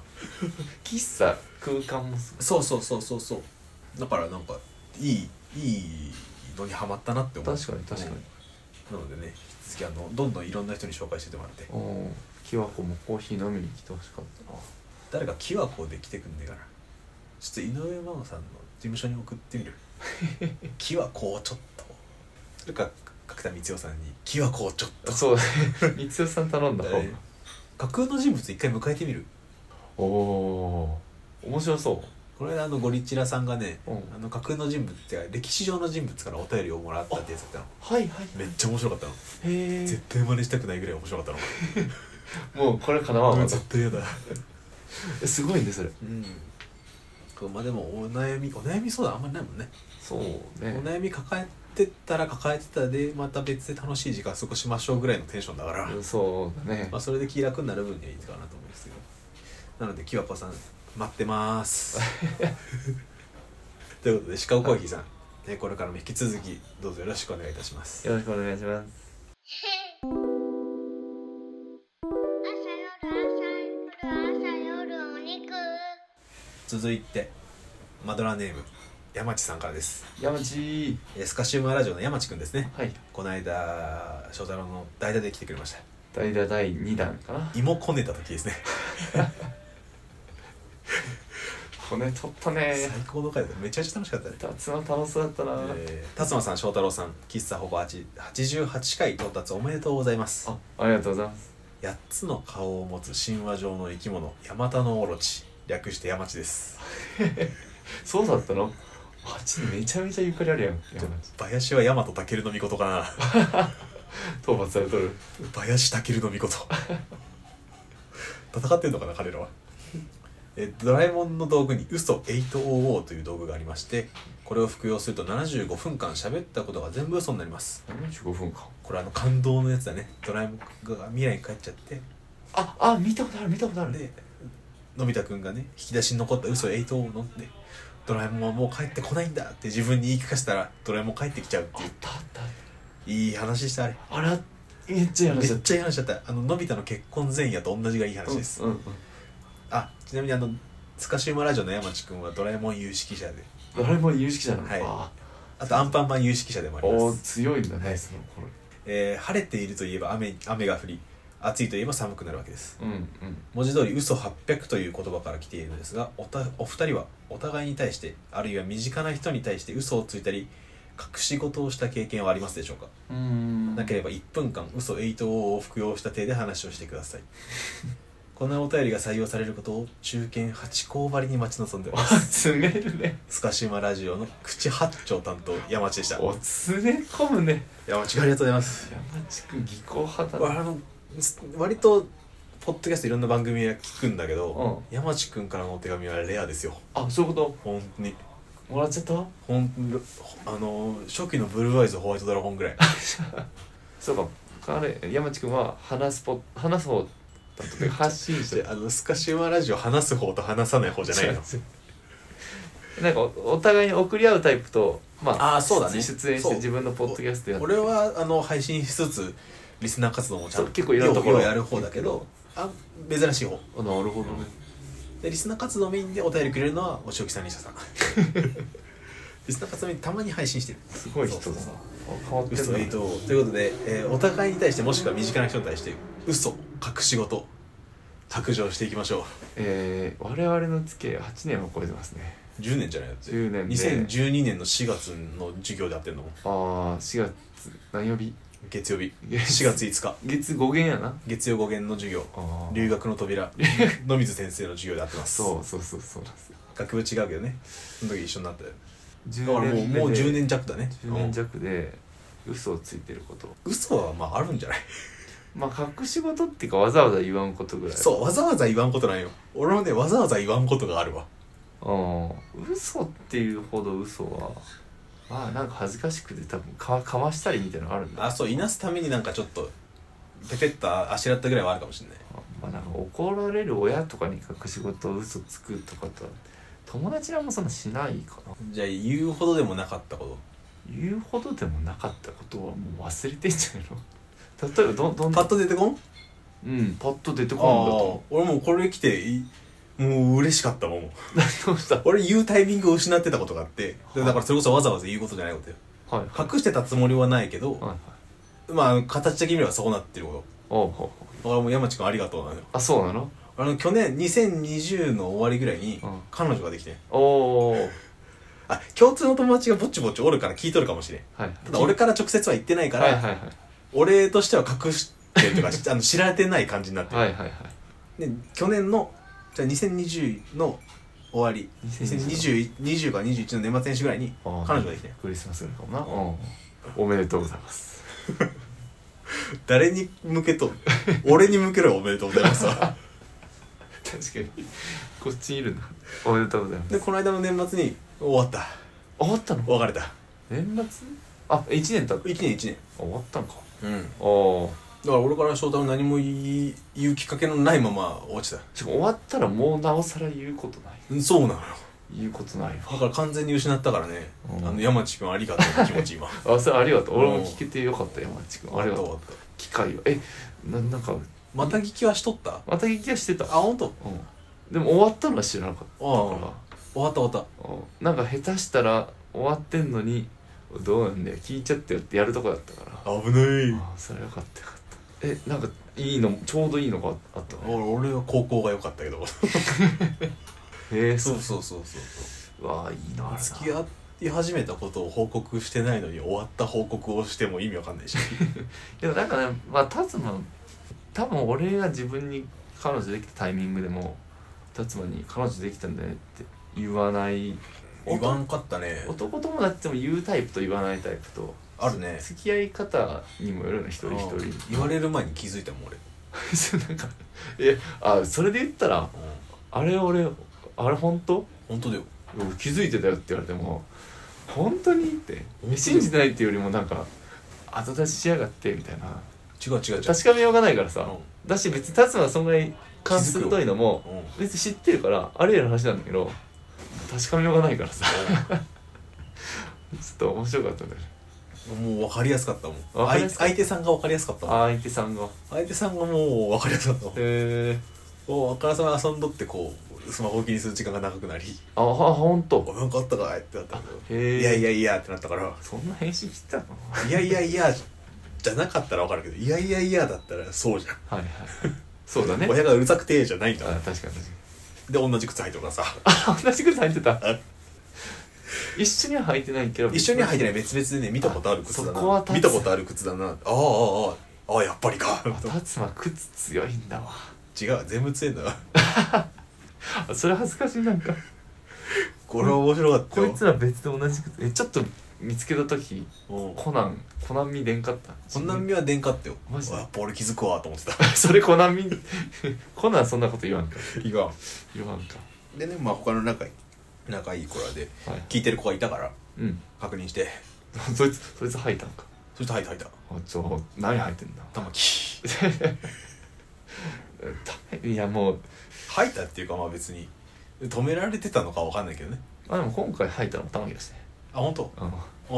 Speaker 2: 喫茶空間もす
Speaker 1: そうそうそうそうそうだからなんかいいいいのにハマったなって思
Speaker 2: ご
Speaker 1: う
Speaker 2: い確かに確かに
Speaker 1: なのでね引き続きあのどんどんいろんな人に紹介してってもらって
Speaker 2: うんキワコもコーヒー飲みに来てほしかったな
Speaker 1: 誰かキワコで来てくんねえかなちょっと井上真央さんの事務所に送ってみ
Speaker 2: [laughs]
Speaker 1: るキワコをちょっとそれか角田光代さんにキワコをちょっと
Speaker 2: そうだね三代さん頼んだ方が
Speaker 1: えー架空の人物一回迎えてみる
Speaker 2: おおー面白そ
Speaker 1: この間あのゴリチラさんがね、
Speaker 2: う、うん、
Speaker 1: あの架空の人物っていうか歴史上の人物からお便りをもらったってやつだったの
Speaker 2: はいはい
Speaker 1: めっちゃ面白かったの
Speaker 2: へ
Speaker 1: 絶対真似したくないぐらい面白かっ
Speaker 2: えもうこれか
Speaker 1: た
Speaker 2: なわ
Speaker 1: の
Speaker 2: ん
Speaker 1: 絶対嫌だ
Speaker 2: すごいねそれ
Speaker 1: うんこうまあでもお悩みお悩み相談あんまりないもんね
Speaker 2: そう
Speaker 1: お
Speaker 2: ね
Speaker 1: 悩み抱えてたら抱えてたでまた別で楽しい時間過ごしましょうぐらいのテンションだから、
Speaker 2: そうだね
Speaker 1: まあ、それで気楽になる分にはいいかなと思うんですけどなのでキワパさん待ってます [laughs] ということでシカゴコーヒーさん、ね、これからも引き続きどうぞよろしくお願いいたします
Speaker 2: よろしくお願いします
Speaker 4: 朝夜朝夜朝夜お肉
Speaker 1: 続いてマドラーネーム山地さんからです
Speaker 2: 山地
Speaker 1: えースカシウマラジオの山地くんですね
Speaker 2: はい
Speaker 1: この間翔太郎の代打で来てくれました
Speaker 2: 代打第2弾かな
Speaker 1: 芋こねた時ですね
Speaker 2: 骨取ったね
Speaker 1: 最高の回だっためちゃくちゃ楽しかったね
Speaker 2: 夏の楽しそうだったな、
Speaker 1: えー辰馬さん翔太郎さん喫茶ほぼ8 88回到達おめでとうございます
Speaker 2: あありがとうございます
Speaker 1: 8つの顔を持つ神話上の生き物ヤマタノオロチ略してヤマチです
Speaker 2: そうだったのあっちにめちゃめちゃゆかりあるやん山地
Speaker 1: 林はヤマトタケルの御事か
Speaker 2: 討伐されとる
Speaker 1: な林タケルの御事戦ってんのかな彼らはえドラえもんの道具に「嘘800」という道具がありましてこれを服用すると75分間喋ったことが全部嘘になります
Speaker 2: 75分か
Speaker 1: これあの感動のやつだねドラえもんが未来に帰っちゃって
Speaker 2: ああ見たことある見たことある
Speaker 1: でのび太くんがね引き出しに残った嘘8を飲んでドラえもんはもう帰ってこないんだって自分に言い聞かせたらドラえもん帰ってきちゃうっ
Speaker 2: あ
Speaker 1: てい
Speaker 2: ったあった
Speaker 1: ういい話したあれ
Speaker 2: あらめっちゃやら
Speaker 1: め
Speaker 2: しちゃっ
Speaker 1: ったちゃいい話だったあののび太の結婚前夜と同じがいい話です、
Speaker 2: うんうん
Speaker 1: あちなみにあのスカシウマラジオの山地くんはドラえもん有識者で
Speaker 2: うん、誰も有識者なのか、
Speaker 1: はいあとアンパンマン有識者でもあり
Speaker 2: お
Speaker 1: ま
Speaker 2: ー
Speaker 1: す、
Speaker 2: 強いんだねその頃
Speaker 1: えー晴れているといえば雨雨が降り暑いといえば寒くなるわけです
Speaker 2: うんうん
Speaker 1: 文字通り嘘800という言葉から来ているのですがおたお二人はお互いに対してあるいは身近な人に対して嘘をついたり隠し事をした経験はありますでしょうか、
Speaker 2: うーん [laughs]
Speaker 1: なければ1分間嘘8を服用した手で話をしてください [laughs] このお便りが採用されることを中堅八甲張りに待ち望んでおります
Speaker 2: 詰めるね
Speaker 1: スカシマラジオの口八丁担当山地でした
Speaker 2: お詰め込むね
Speaker 1: 山地くんありがとうございます
Speaker 2: 山地君技巧派だな
Speaker 1: わあのす割とポッドキャストいろんな番組は聞くんだけど、山地くんからのお手紙はレアですよ
Speaker 2: あそういうこ
Speaker 1: 本当に
Speaker 2: ともらっちゃった
Speaker 1: ほんあの初期のブルーアイズホワイトドラゴン
Speaker 2: [laughs]
Speaker 1: ぐらい
Speaker 2: そうか彼山地君は話すポ話す方だった
Speaker 1: [laughs]
Speaker 2: というか発信者
Speaker 1: であのスカシマラジオ話す方と話さない方じゃないの
Speaker 2: なんかおお互いに送り合うタイプとまあ
Speaker 1: あーそうだね
Speaker 2: 出出演し
Speaker 1: そう
Speaker 2: て自分のポッドキャストやって
Speaker 1: 俺はあの配信しつつリスナー活動もちゃん
Speaker 2: そう
Speaker 1: と
Speaker 2: 結構いろんなところ
Speaker 1: ようやる方だけどあ珍しい方
Speaker 2: あなるほどね
Speaker 1: でリスナー活動メインでお便りくれるのはお仕置きさん西田
Speaker 2: [laughs]
Speaker 1: さんリスナー活動メインたまに配信してる
Speaker 2: すごい人だ
Speaker 1: そう
Speaker 2: な
Speaker 1: そうそう
Speaker 2: あ変わって
Speaker 1: 嘘えっ
Speaker 2: る
Speaker 1: とということで、えーお互いに対してもしくは身近な人に対して嘘隠し事白状していきましょ
Speaker 2: えー、我々の付き合い8年を超えてますね
Speaker 1: う10年じゃないだって
Speaker 2: 10年で
Speaker 1: 2012年の4月の授業でやってんの
Speaker 2: ああ4月何曜日
Speaker 1: 月曜日
Speaker 2: 月
Speaker 1: 4月5日
Speaker 2: 月5限やな
Speaker 1: 月曜語源の授業
Speaker 2: あ
Speaker 1: 留学の [laughs] 扉野水先生の授業でやってま
Speaker 2: あ
Speaker 1: す
Speaker 2: そうそうそうそうなんですよ
Speaker 1: 学部違うけどねその時一緒になってだから
Speaker 2: 10
Speaker 1: もう
Speaker 2: 目で
Speaker 1: もう10年弱だね
Speaker 2: 10年弱で嘘をついてること
Speaker 1: うん嘘はまああるんじゃない
Speaker 2: まあ隠し事っていうかわざわざ言わんことぐらい
Speaker 1: そうわざわざ言わんことないよ俺もねわざわざ言わんことがあるわ
Speaker 2: うん嘘っていうほど嘘はまあなんか恥ずかしくて多分かかましたりみたいなのあるんだ
Speaker 1: あそういなすためになんかちょっとペペッとあしらったぐらいはあるかもしれない
Speaker 2: まあなんか怒られる親とかに隠し事を嘘つくとかとは友達らもそんなしないかな
Speaker 1: じゃあ言うほどでもなかったこ
Speaker 2: 言うほどでもなかったことはもう忘れてんじゃないの [laughs] 例えばどどん
Speaker 1: と
Speaker 2: な
Speaker 1: パッと出てこん
Speaker 2: うんパッと出てこないんだ
Speaker 1: あ
Speaker 2: と
Speaker 1: あ
Speaker 2: 思
Speaker 1: 俺もうこれ来ていもう嬉しかったもん
Speaker 2: うどうした
Speaker 1: 俺言うタイミングを失ってたことがあってでだからそれこそわざわざ言うことじゃないことよ
Speaker 2: はいはい
Speaker 1: 隠してたつもりはないけど
Speaker 2: はいはい
Speaker 1: まあ形的にはそうなってるこ
Speaker 2: おうおうおう
Speaker 1: と俺もう山地君ありがとうなのよ
Speaker 2: あそうなの
Speaker 1: あの去年2020の終わりぐらいに
Speaker 2: うん
Speaker 1: 彼女ができて
Speaker 2: おおはい
Speaker 1: あ共通の友達がぼちぼちおるから聞いとるかもしれん
Speaker 2: はい
Speaker 1: ただ俺から直接は言ってないから、
Speaker 2: はいはいはい
Speaker 1: 俺としては隠してるというかあの知られてない感じになってる、
Speaker 2: はいはいはい
Speaker 1: で去年のじゃあ2020の終わり2020 20か21の年末年始ぐらいに
Speaker 2: ああ
Speaker 1: 彼女ができて
Speaker 2: クリスマスぐらいかもな、
Speaker 1: う
Speaker 2: うんおめでとうございます
Speaker 1: 誰に向け [laughs] と俺に向けろよおめでとうござい [laughs] ますわ
Speaker 2: 確かにこっちにいるなおめでとうございます
Speaker 1: でこの間の年末に終わった
Speaker 2: 終わったの
Speaker 1: 別れた
Speaker 2: 年末あ一年経った
Speaker 1: 1年1年
Speaker 2: 終わったのか
Speaker 1: うん
Speaker 2: おお
Speaker 1: だから俺から翔太の何も言い言うきっかけのないまま落ちた
Speaker 2: しかも終わったらもうなおさら言うことない
Speaker 1: うんそうなのよ
Speaker 2: 言うことないわ
Speaker 1: だから完全に失ったからね、
Speaker 2: うん
Speaker 1: あの山地 [laughs] 君ありがとうの気持ち今
Speaker 2: あそれありがとう俺も聞けてよかった山地君ありがとう
Speaker 1: 終わった
Speaker 2: 機会をえななんか
Speaker 1: また聞きはしとったあ
Speaker 2: また聞きはしてた
Speaker 1: 本当。
Speaker 2: うんでも終わったのは知らなかったか
Speaker 1: あ
Speaker 2: ら
Speaker 1: 終わった終わっ
Speaker 2: うんなんか下手したら終わってんのにどうなんだよ聞いちゃってよってやるとこだったから
Speaker 1: た危ない
Speaker 2: ああそれはよかったよかったえなんかいいのちょうどいいのがあったね
Speaker 1: 俺俺は高校が良かったけど
Speaker 2: へえそう
Speaker 1: そうそうそうそう
Speaker 2: うわあいいなあ
Speaker 1: [laughs]
Speaker 2: れ
Speaker 1: 付き
Speaker 2: な
Speaker 1: 合い始めたことを報告してないのに終わった報告をしても意味わかん [laughs] ないし
Speaker 2: でもなんかねまあ達馬多分俺が自分に彼女できたタイミングでも達馬に「彼女できたんだよね」って言わない
Speaker 1: 言わんかったね
Speaker 2: 男友達でも言うタイプと言わないタイプと
Speaker 1: あるね
Speaker 2: 付き合い方にもよるの一人一人
Speaker 1: うん言われる前に気づいたもん俺、
Speaker 2: そう [laughs] なんかえあそれで言ったら
Speaker 1: うん、
Speaker 2: あれ俺あれ本当
Speaker 1: 本当だよ
Speaker 2: うん気づいてたよって言われても本当にって
Speaker 1: 本当
Speaker 2: 信じてないっていうよりもなんか後出ししやがってみたいな
Speaker 1: 違う違う違う
Speaker 2: 確かめようがないからさ、
Speaker 1: う
Speaker 2: だし別に達馬はそんなに感鋭いのも
Speaker 1: うん
Speaker 2: 別に知ってるからありえる話なんだけど確かめようがないからさちょっと面白かったんだよね
Speaker 1: もう分かりやすかったもん
Speaker 2: 分かりやすかった
Speaker 1: 相手さんが分かりやすかったもん
Speaker 2: 相手さんが
Speaker 1: 相手さんがもう分かりやすかったもん
Speaker 2: へえ
Speaker 1: おうあからさまに遊んどってこうスマホを気にする時間が長くなり
Speaker 2: ああ本
Speaker 1: 「
Speaker 2: 当
Speaker 1: おなんかあったかい?」ってなったけど「
Speaker 2: へえ
Speaker 1: いやいやいや」ってなったから
Speaker 2: そんな返信来たの
Speaker 1: 「いやいやいや」じゃなかったら分かるけど「いやいやいや」だったらそうじゃん
Speaker 2: はいはい [laughs] そうだね
Speaker 1: 親がうるさくてじゃないん
Speaker 2: あ
Speaker 1: だ
Speaker 2: 確
Speaker 1: で
Speaker 2: かに確かに
Speaker 1: 同じ靴履いてるから
Speaker 2: [laughs]
Speaker 1: さ
Speaker 2: あ同じ靴履いてた
Speaker 1: あ
Speaker 2: 一緒には履いてないけど
Speaker 1: 一緒には履いてないい別々でね見たことある靴だ
Speaker 2: そこは
Speaker 1: な
Speaker 2: 立つ
Speaker 1: 見たことある靴だなあああああああやっぱりか
Speaker 2: 達馬靴強いんだわ
Speaker 1: 違う全部強いんだわ
Speaker 2: あそれ恥ずかしいなんか
Speaker 1: これは面白かった
Speaker 2: こ
Speaker 1: よ
Speaker 2: いつら別で同じことえちょっと見つけた時
Speaker 1: うん
Speaker 2: コナンコナン見でんかった
Speaker 1: こんなん見は出んかったよ
Speaker 2: マジで
Speaker 1: あやっぱ俺気づくわと思ってた
Speaker 2: [laughs] それコナン見 [laughs] コナンそんなこと言わんか
Speaker 1: いが
Speaker 2: 言わんか
Speaker 1: でねまあ他の仲いい仲いい子らで
Speaker 2: はい
Speaker 1: 聞いてる子がいたから
Speaker 2: うん [laughs]
Speaker 1: 確認して
Speaker 2: そいつそいつ吐いたんか
Speaker 1: そして「はいはいだ
Speaker 2: あちょ何吐いてんだ
Speaker 1: 玉木」 [laughs]
Speaker 2: たいやもう
Speaker 1: 「はいた」っていうかまあ別に止められてたのかわかんないけどね
Speaker 2: あでも今回吐いたのも玉木ですね
Speaker 1: あ本当
Speaker 2: う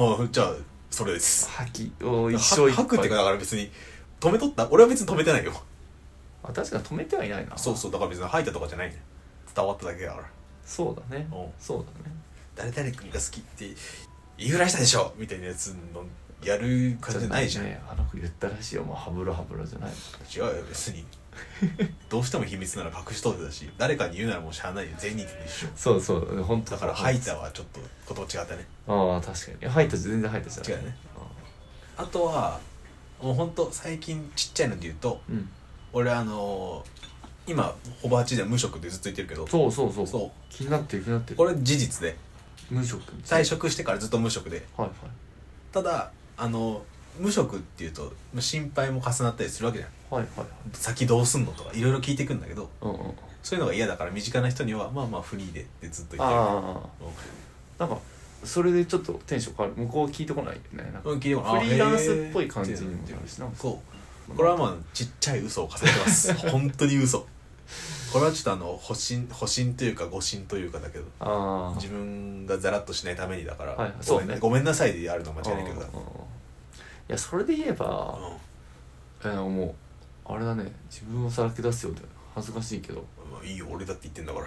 Speaker 2: ん
Speaker 1: あじゃあそれです
Speaker 2: 吐きを
Speaker 1: は
Speaker 2: 一生いっぱ
Speaker 1: 吐く
Speaker 2: い
Speaker 1: ってかだから別に止めとった俺は別に止めてないよ
Speaker 2: あ確かに止めてはいないな
Speaker 1: そうそうだから別に吐いたとかじゃないね伝わっただけだから
Speaker 2: そうだね
Speaker 1: うん
Speaker 2: そうだね
Speaker 1: 誰々君が好きって言いふらしたでしょみたいなやつのやる感じじゃないじゃん、
Speaker 2: ねあの子言ったらしいよもうハブロハブロじゃない
Speaker 1: 違うよ別にどうしても秘密なら隠しとってたし誰かに言うならもうしゃあないよ全人と一緒
Speaker 2: そうそう本当
Speaker 1: だから「はいた」はちょっとこと違ったね
Speaker 2: ああ確かにいや吐いた全然吐いたじゃない
Speaker 1: 違うねあとはもうほんと最近ちっちゃいので言うと
Speaker 2: うん
Speaker 1: 俺あのー今ほぼ8では無職でずっと言ってるけど
Speaker 2: そうそうそう
Speaker 1: そう
Speaker 2: 気になってる気になってる
Speaker 1: これ事実で
Speaker 2: 無職
Speaker 1: 退職してからずっと無職で
Speaker 2: はいはい
Speaker 1: ただあの無職っていうと心配も重なったりするわけじゃん
Speaker 2: はいはいはい
Speaker 1: 先どうすんのとかいろいろ聞いてくんだけど
Speaker 2: うんうん
Speaker 1: そういうのが嫌だから身近な人にはまあまあフリーでってずっと言ってる
Speaker 2: ああなんかそれでちょっとテンション変わる向こう聞いてこないよねなんか
Speaker 1: うん聞いてこない
Speaker 2: フリーランス
Speaker 1: あへー
Speaker 2: っぽい感じにもなるしな
Speaker 1: そうこれはまあちっちゃい嘘を重ねてます
Speaker 2: [laughs]
Speaker 1: 本当に嘘これはちょっとあの保身保身というか誤信というかだけど
Speaker 2: ああ
Speaker 1: 自分がザラッとしないためにだから、
Speaker 2: はいはい
Speaker 1: ご
Speaker 2: そう
Speaker 1: めん
Speaker 2: ね
Speaker 1: ごめんなさいでやるのは間違いないけどだ
Speaker 2: うんうんうんいやそれで言え
Speaker 1: う
Speaker 2: ば
Speaker 1: ん
Speaker 2: えーもうあれだね自分をさらけ出すよって恥ずかしいけど
Speaker 1: まあいいよ俺だって言ってんだから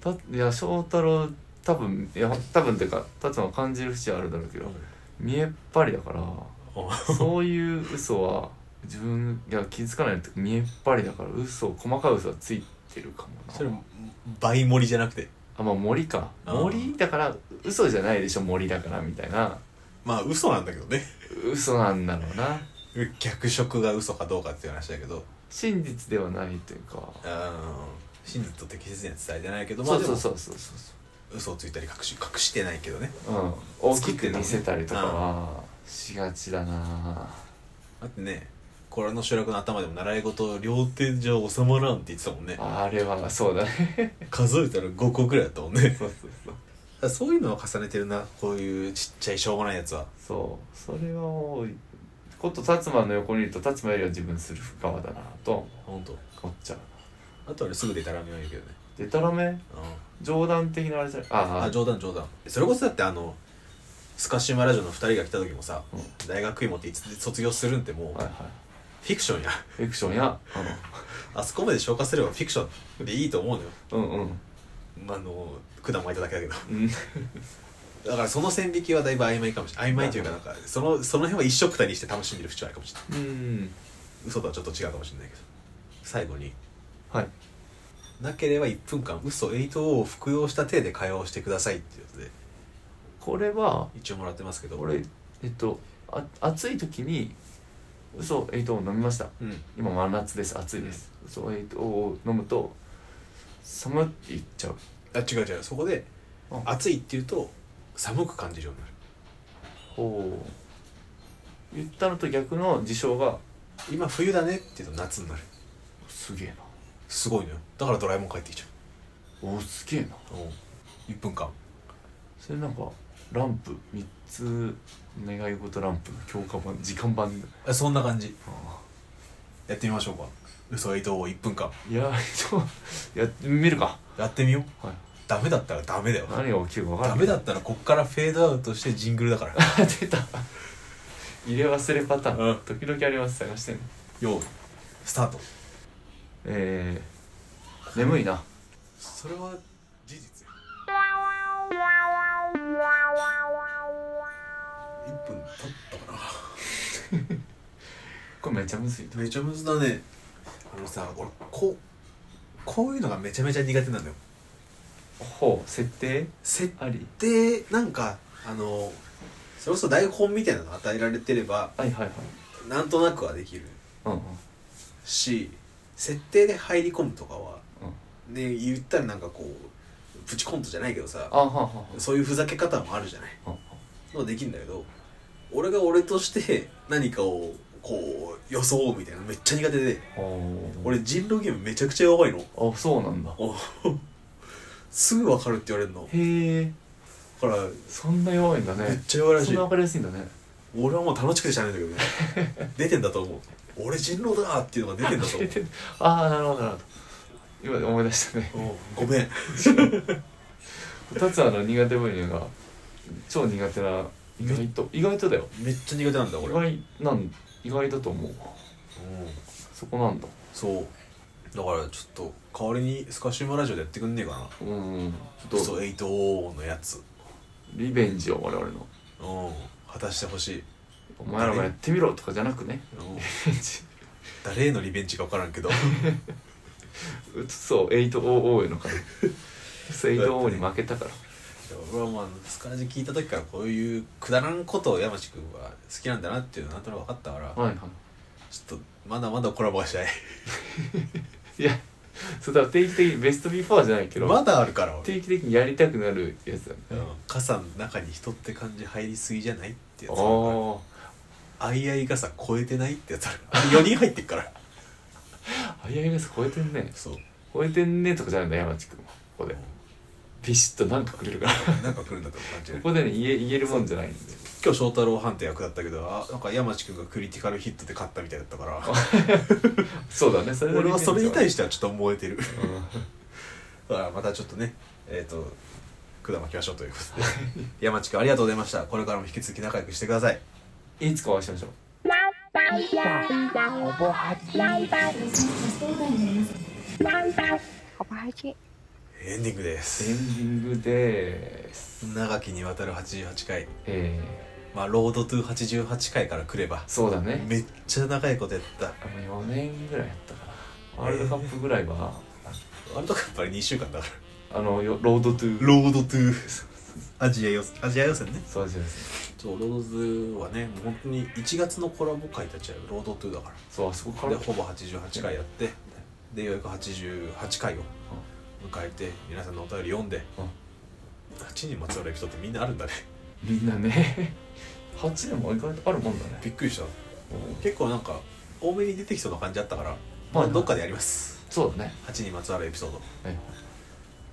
Speaker 2: たいや翔太郎多分いや多分っていうか達馬は感じる節はあるだろうけど見えっ張りだから
Speaker 1: うん
Speaker 2: そういう嘘は自分が気づかないっていうか見えっ張りだから嘘細かい嘘はついてるかもな
Speaker 1: それ倍盛りじゃなくて
Speaker 2: あまあ森か
Speaker 1: うん
Speaker 2: 森だから嘘じゃないでしょ森だからみたいな
Speaker 1: まあ嘘なんだけどね
Speaker 2: 嘘なんだろうな
Speaker 1: 逆色が嘘かどうかっていう話だけど
Speaker 2: 真実ではないというか
Speaker 1: うん真実と適切には伝えてないけどま
Speaker 2: そ
Speaker 1: あ
Speaker 2: う
Speaker 1: で
Speaker 2: そ
Speaker 1: も
Speaker 2: うそうそうそうそう
Speaker 1: 嘘をついたり隠し隠してないけどね
Speaker 2: うん、大きく見せたりとかはしがちだな
Speaker 1: だってねこれの主役の頭でも習い事両手じゃ収まらんって言ってたもんね
Speaker 2: あれはそうだね
Speaker 1: 数えたら5個くらいだったもんね [laughs] だか
Speaker 2: そうそうそう
Speaker 1: らそういうのを重ねてるなこういうちっちゃいしょうもないやつは
Speaker 2: そうそれはもうこと達馬の横にいると達馬よりは自分する深川だなと
Speaker 1: ほんと
Speaker 2: 思っちゃう
Speaker 1: あとは俺すぐでたらめを言うけどね、
Speaker 2: でたらめ
Speaker 1: うん、
Speaker 2: 冗談的なあれじゃないあ
Speaker 1: あ
Speaker 2: あ
Speaker 1: 冗談冗談それこそだってあのスカシマラジオの2人が来た時もさ、
Speaker 2: うん
Speaker 1: 大学院もっていつ卒業するんってもう、
Speaker 2: はいはい
Speaker 1: フィクションや
Speaker 2: フィクションや
Speaker 1: あそこまで消化すればフィクションでいいと思うのよ
Speaker 2: うんうんうん
Speaker 1: まああの管巻いただけだけど
Speaker 2: うん
Speaker 1: だからその線引きはだいぶ曖昧かもしれない曖昧というかなんかそのその辺は一緒くたにして楽しんでる節はあるかもしれない
Speaker 2: うん
Speaker 1: 嘘とはちょっと違うかもしれないけど最後に
Speaker 2: はい
Speaker 1: なければ1分間嘘8を服用した体で会話をしてくださいっていうことで
Speaker 2: これは
Speaker 1: 一応もらってますけど
Speaker 2: 俺えっとあ暑い時に嘘えっと飲みました
Speaker 1: うん
Speaker 2: 今真夏です暑いです、そうえっとを飲むと寒って言っちゃう
Speaker 1: あ違う違うそこで
Speaker 2: うん
Speaker 1: 暑いっていうと寒く感じるようになる
Speaker 2: ほう言ったのと逆の事象が
Speaker 1: 今冬だねっていうと夏になる
Speaker 2: すげえな
Speaker 1: すごいのよだからドラえもん帰ってきちゃ
Speaker 2: おすげえな
Speaker 1: う1分間
Speaker 2: それなんかランプ3つ願い事ランプの強化版時間版だ
Speaker 1: あそんな感じ
Speaker 2: あ
Speaker 1: やってみましょうか嘘8を1分間
Speaker 2: ーいやそうやってみるか
Speaker 1: やってみよう
Speaker 2: はい
Speaker 1: ダメだったらダメだよ
Speaker 2: 何が起きるか分から
Speaker 1: ダ
Speaker 2: な
Speaker 1: メ
Speaker 2: い
Speaker 1: だったらこっからフェードアウトしてジングルだから [laughs]
Speaker 2: 出た [laughs] 入れ忘れパターン、
Speaker 1: うん
Speaker 2: 時々あります探してね
Speaker 1: よーいスタート
Speaker 2: えー、眠いな
Speaker 1: それは事実1分経ったか
Speaker 2: これめっちゃむずい
Speaker 1: なめちゃむずだねあのさ俺こうこういうのがめちゃめちゃ苦手なんだよ
Speaker 2: ほう設定
Speaker 1: 設
Speaker 2: あり
Speaker 1: 定なんかあのそれこそ台本みたいなの与えられてれば
Speaker 2: はいはいはい
Speaker 1: なんとなくはできる
Speaker 2: うんうん
Speaker 1: し設定で入り込むとかは、ね言ったらなんかこうプチコントじゃないけどさ
Speaker 2: あははは
Speaker 1: そういうふざけ方もあるじゃない
Speaker 2: は
Speaker 1: のはできるんだけど俺が俺として何かをこう予想みたいなのめっちゃ苦手で
Speaker 2: 俺
Speaker 1: 俺人狼ゲームめちゃくちゃ弱いの
Speaker 2: あそうなんだ
Speaker 1: おすぐ分かるって言われるの
Speaker 2: へえ
Speaker 1: だから
Speaker 2: そんな弱いんだ
Speaker 1: めっ
Speaker 2: ね
Speaker 1: ちゃ弱いら
Speaker 2: そ
Speaker 1: し
Speaker 2: ん
Speaker 1: い
Speaker 2: なわかりやすいんだね
Speaker 1: 俺はもう楽しくてしゃべんだけどね出てんだと思う俺人狼だーっていうのが出てんだと思う
Speaker 2: ああなるほどなるほど今思い出したね
Speaker 1: うんごめん
Speaker 2: 二つあの苦手分野が超苦手な意外と意外とだよ
Speaker 1: めっちゃ苦手なんだ
Speaker 2: 意
Speaker 1: 俺、うん、
Speaker 2: 外なん意外だと思うそこなんだ
Speaker 1: そうだからちょっと代わりにスカシウマラジオでやってくんねえかな
Speaker 2: うんちょっ
Speaker 1: 嘘
Speaker 2: と
Speaker 1: 8のやつ
Speaker 2: リベンジを我々の
Speaker 1: うん果たしてほしい、
Speaker 2: お前らがやってみろとかじゃなくね
Speaker 1: うん、
Speaker 2: リベンジ
Speaker 1: [laughs] 誰へのリベンジか分からんけど
Speaker 2: うつそう800へのから800に負けたから
Speaker 1: 俺はまあスカラジ聞いた時からこういうくだらんことを山地君は好きなんだなっていうのはなんとなく分かったから、
Speaker 2: はいは
Speaker 1: ちょっとまだまだコラボはしたい
Speaker 2: いいやそれだから定期的にベストビフォーじゃないけ
Speaker 1: [laughs]
Speaker 2: ど、
Speaker 1: まだあるから俺
Speaker 2: 定期的にやりたくなるやつだね
Speaker 1: うん傘の中に人って感じ入りすぎじゃないってやつあるから
Speaker 2: あ
Speaker 1: あいあい傘超えてないってやつあるあれ4人入ってっから [laughs]
Speaker 2: ああいやいや超えてんね
Speaker 1: そう
Speaker 2: 超えてんねとかじゃないんだ山地君はここでビシッとなんかくれるからこ
Speaker 1: なんか来るんだと思う感 [laughs] じる
Speaker 2: こでね言え言えるもんじゃないんで
Speaker 1: 今日翔太郎判定役だったけどあなんか山地君がクリティカルヒットで勝ったみたいだったから
Speaker 2: そうだねそれ
Speaker 1: 俺はそれに対
Speaker 2: し
Speaker 1: してはちょっと燃えてる
Speaker 2: て
Speaker 1: だ [laughs] からまたちょっとねえっ、と管巻きましょうということ [laughs] で山地君ありがとうございましたこれからも引き続き仲良くしてください
Speaker 2: いつかお会いしましょう
Speaker 1: エンディングで
Speaker 2: エ
Speaker 1: す
Speaker 2: ンディングでーす
Speaker 1: 長きにわたる88回
Speaker 2: え
Speaker 1: まあロードトゥ88回から来れば
Speaker 2: ー、そうだね
Speaker 1: めっちゃ長いことやった
Speaker 2: あもう4年ぐらいやったかなワールドカップぐらいは
Speaker 1: あれとかやっぱり2週間だから
Speaker 2: あのよロードトゥー
Speaker 1: ロードトゥ [laughs] アジア予選アジア予選ね
Speaker 2: そうです
Speaker 1: そうロードトゥはねもう本当に1月のコラボ会立ち上がるロードトゥだから
Speaker 2: そうあそこか
Speaker 1: で
Speaker 2: ら
Speaker 1: ほぼ88回やってでようやく88回を迎えて皆さんのお便り読んで8にまつわるエピソードってみんなあるんだね [laughs]
Speaker 2: みんなね [laughs] 8年も意外とあるもんだね
Speaker 1: びっくりした結構なんか多めに出てきそうな感じだったから、ま
Speaker 2: は
Speaker 1: あ、
Speaker 2: い
Speaker 1: どっかでやります
Speaker 2: そうだね
Speaker 1: 8にまつわるエピソード
Speaker 2: はい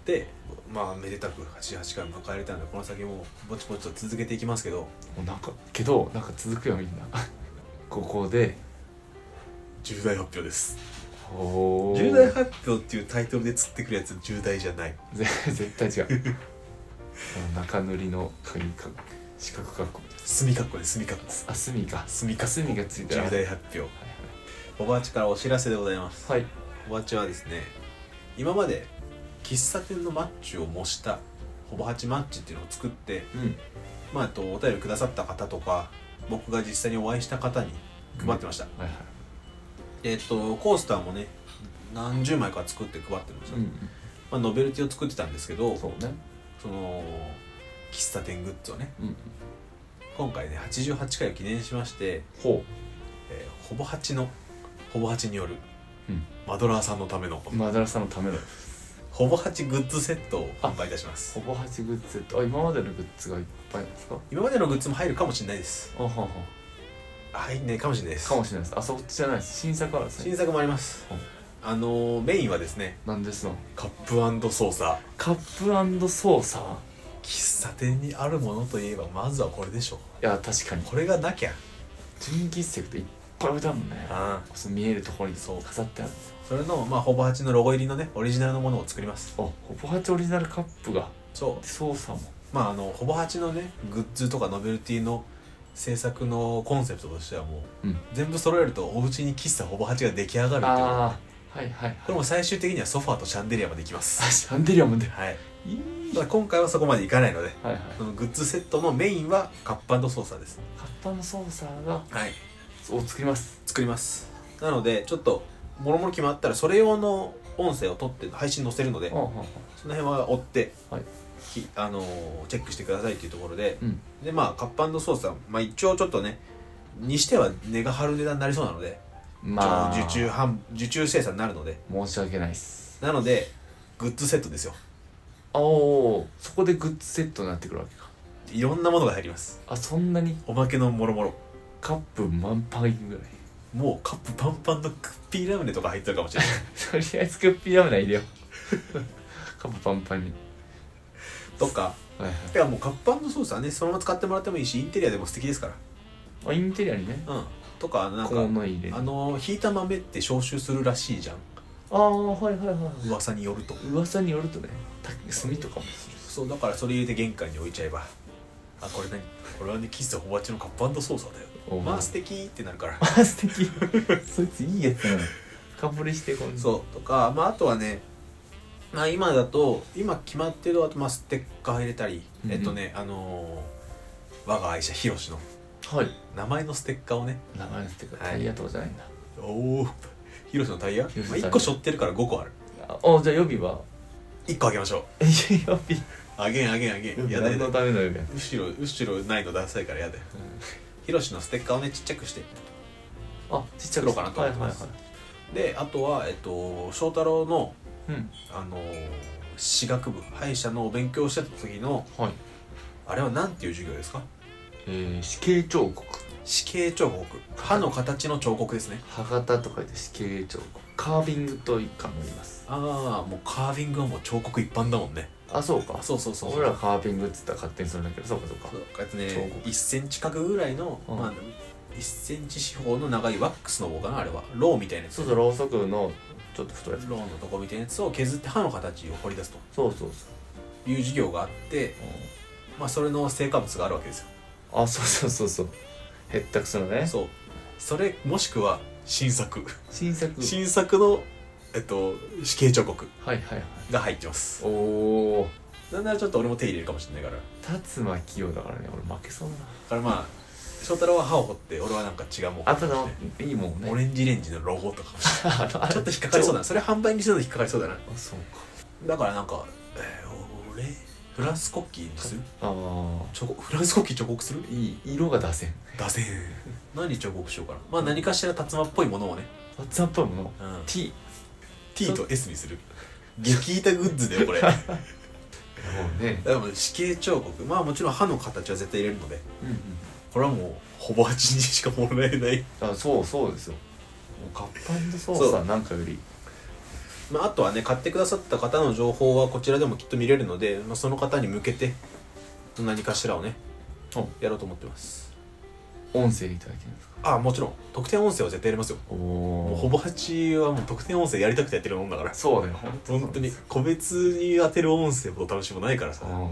Speaker 1: でまあめでたく88回迎えられたのでこの先もぼちぼちと続けていきますけど
Speaker 2: もうなんかけどなんか続くよみんなここで
Speaker 1: 重大発表です
Speaker 2: おー
Speaker 1: 重大発表っていうタイトルで釣ってくるやつ重大じゃない
Speaker 2: ぜ絶対違うあの中塗りの鍵か四角括弧みたい
Speaker 1: 墨かっこで墨かっこ
Speaker 2: なあ隅か
Speaker 1: 墨かっこ
Speaker 2: 隅がついたら
Speaker 1: 重大発表おばあちからお知らせでございます
Speaker 2: はいはい
Speaker 1: おばあちはですね今まで喫茶店のマッチを模したほぼ8マッチっていうのを作って、
Speaker 2: うん
Speaker 1: まあ、あとお便りくださった方とか僕が実際にお会いした方に配ってました、
Speaker 2: はいはい
Speaker 1: えっとコースターもね何十枚か作って配ってました、
Speaker 2: うん
Speaker 1: まあ、ノベルティを作ってたんですけど
Speaker 2: そうね
Speaker 1: その喫茶店グッズをね
Speaker 2: うん
Speaker 1: 今回ね88回を記念しまして、
Speaker 2: ほ
Speaker 1: えーほぼ8のほぼ8による、
Speaker 2: うん
Speaker 1: マドラーさんのための
Speaker 2: うマダラさんのための
Speaker 1: ほぼ8グッズセットを販売いたします
Speaker 2: ほぼ8グッズってあ今までのグッズがいっぱいなんですか
Speaker 1: 今までのグッズも入るかもしれないです
Speaker 2: あはは
Speaker 1: 入んないかもしれないです
Speaker 2: かもしれないですあそっちじゃないです新作あるんですね
Speaker 1: 新作もあります
Speaker 2: うん
Speaker 1: あのーメインはですね
Speaker 2: なんですの
Speaker 1: カップソーサ
Speaker 2: カップソーサー
Speaker 1: ー喫茶店にあるものといえばまずはこれでしょ
Speaker 2: いや確かに
Speaker 1: これがなきゃ
Speaker 2: 純喫茶っていっぱい置いてあるもんね
Speaker 1: あ
Speaker 2: その見えるところに
Speaker 1: そう
Speaker 2: 飾ってある
Speaker 1: それのまあほぼ8のロゴ入りのねオリジナルのものを作ります
Speaker 2: あほぼ8オリジナルカップが
Speaker 1: そう
Speaker 2: でソーサーも
Speaker 1: まああのほぼ8のねグッズとかノベルティの制作のコンセプトとしてはもう、
Speaker 2: うん
Speaker 1: 全部揃えるとお家に喫茶ほぼ8が出来上がるってこと
Speaker 2: ああはいはいはい
Speaker 1: これも最終的にはソファーとシャンデリアまでいきま
Speaker 2: あ
Speaker 1: す
Speaker 2: シャンデリアも出る
Speaker 1: はい
Speaker 2: いい
Speaker 1: ただ今回はそこまでいかないので
Speaker 2: はいはい
Speaker 1: そのグッズセットのメインはカップソーサーです
Speaker 2: カッパのソーサーが
Speaker 1: はい
Speaker 2: を作ります
Speaker 1: 作りますなのでちょっともろもろ決まったらそれ用の音声を撮って配信載せるので
Speaker 2: あああ
Speaker 1: その辺は追って、
Speaker 2: はい
Speaker 1: きあのーチェックしてくださいというところで
Speaker 2: うん
Speaker 1: でまあカップソーサー、まあ、一応ちょっとねにしては値が張る値段になりそうなので
Speaker 2: まあ
Speaker 1: 受注販受注生産になるので
Speaker 2: 申し訳ないっす
Speaker 1: なのでグッズセットですよ
Speaker 2: あおーそこでグッズセットになってくるわけか
Speaker 1: いろんなものが入ります
Speaker 2: あそんなに
Speaker 1: おまけのもろもろ
Speaker 2: カップ満杯ぐらい
Speaker 1: もうカップパンパンのクッピーラムネとか入ってるかもしれない
Speaker 2: とりあえずクッピーラムネ [laughs] 入れようカップパンパンに
Speaker 1: とか
Speaker 2: はいはい
Speaker 1: いやもうカップパンのソースはねそのまま使ってもらってもいいしインテリアでも素敵ですか
Speaker 2: あインテリアにね
Speaker 1: らうんとかなん
Speaker 2: 小
Speaker 1: か
Speaker 2: 物入れあ
Speaker 1: あのひいた豆って消臭するらしいじゃん
Speaker 2: あーはいはいは
Speaker 1: 噂によると
Speaker 2: い噂によるとねた炭とかもする
Speaker 1: そうだからそれ入れて玄関に置いちゃえばあこれ何これはね喫茶おばちのカップパンのソースだよ
Speaker 2: お
Speaker 1: ま
Speaker 2: ま
Speaker 1: あ
Speaker 2: あ
Speaker 1: 素敵ってなるから
Speaker 2: 素敵 [laughs] そいついいやつなの深掘りしてこん
Speaker 1: そうとか、まあ、あとはね、まあ、今だと今決まってるあと、まあ、ステッカー入れたり、
Speaker 2: うんうん
Speaker 1: えっとねあのー我が愛車ヒロシの
Speaker 2: はい
Speaker 1: 名前のステッカーをね
Speaker 2: 名前のステッカ
Speaker 1: は
Speaker 2: ー
Speaker 1: い
Speaker 2: タイヤとかじゃないんだ、
Speaker 1: おおヒロシのタイヤ、まあ、
Speaker 2: ヒロシのタイヤ
Speaker 1: 1個背負ってるから5個ある
Speaker 2: あおじゃあ予備は
Speaker 1: 1個あげましょう
Speaker 2: え [laughs] 予備
Speaker 1: あげんあげんあげんやだや
Speaker 2: 何
Speaker 1: だ
Speaker 2: のための予備
Speaker 1: 後ろ後ろないのダサいからやだよヒロシのステッカーをねちっちゃくして
Speaker 2: あちっちゃ
Speaker 1: 作ろうかなと思ってます
Speaker 2: はいは
Speaker 1: であとはえっと翔太郎の
Speaker 2: いはいうん
Speaker 1: あのー歯学部歯医者のお勉強してた時の
Speaker 2: はい
Speaker 1: あれは何ていう授業ですか
Speaker 2: えー、死刑彫刻
Speaker 1: 死形彫刻歯の形の彫刻ですね
Speaker 2: 歯型と書いて死刑彫刻カービングと一貫もります
Speaker 1: ああもうカービングはもう彫刻一般だもんね
Speaker 2: あそうか
Speaker 1: あそうそうそう
Speaker 2: 俺らカービングっつったら勝手にするんだけどそうかそうか
Speaker 1: そうこうやってね
Speaker 2: 彫刻
Speaker 1: 1センチ角ぐらいの、
Speaker 2: うん
Speaker 1: まあ、1センチ四方の長いワックスの棒かなあれはローみたいなやつ
Speaker 2: そうそうろうそくのちょっと太いやつ
Speaker 1: ローのとこみたいなやつを削って歯の形を掘り出す
Speaker 2: そうそうそう
Speaker 1: という授業があって、まあ、それの成果物があるわけですよ
Speaker 2: あそうそうそうそうへったくそのね
Speaker 1: そうそれもしくは新作
Speaker 2: 新作
Speaker 1: 新作のえっと死刑彫刻
Speaker 2: はいはいはい
Speaker 1: が入ってます
Speaker 2: おお
Speaker 1: なんならちょっと俺も手入れるかもしれないから
Speaker 2: 辰馬清だからね俺負けそうだな
Speaker 1: だからまあ翔太郎は歯を掘って俺はなんか違うもん
Speaker 2: あただいいもんね
Speaker 1: オレンジレンジのロゴとかも
Speaker 2: あの
Speaker 1: [laughs]
Speaker 2: あれ
Speaker 1: ちょっと引っかかりそうだなそれ販売にするの引っかかりそうだな
Speaker 2: あそうか
Speaker 1: だからなんかえー、俺フランス国旗にする
Speaker 2: あ
Speaker 1: チョコフランス国旗彫刻する
Speaker 2: あいい色が出せん
Speaker 1: だぜ何彫刻しようかなまあ何かしら辰馬っぽいものをね、
Speaker 2: 辰馬っぽいもの
Speaker 1: うん
Speaker 2: T も
Speaker 1: T と S にする激イタグッズだよこれだか
Speaker 2: うね
Speaker 1: らもう死刑彫刻まあもちろん歯の形は絶対入れるので
Speaker 2: うんうん
Speaker 1: これはもうほぼ8にしかもらえない
Speaker 2: あそうそうですよもうカッパンドソースはなんかより
Speaker 1: まあ、あとはね買ってくださった方の情報はこちらでもきっと見れるので、まあ、その方に向けて何かしらをね
Speaker 2: うん
Speaker 1: やろうと思ってます
Speaker 2: 音声いただけるんですか
Speaker 1: ああもちろん特典音声は絶対やりますよ
Speaker 2: お
Speaker 1: もう
Speaker 2: お
Speaker 1: ほぼ8はもう特典音声やりたくてやってるもんだから
Speaker 2: そうだよ本
Speaker 1: 本当に個別に当てる音声も楽しもないからさ
Speaker 2: うん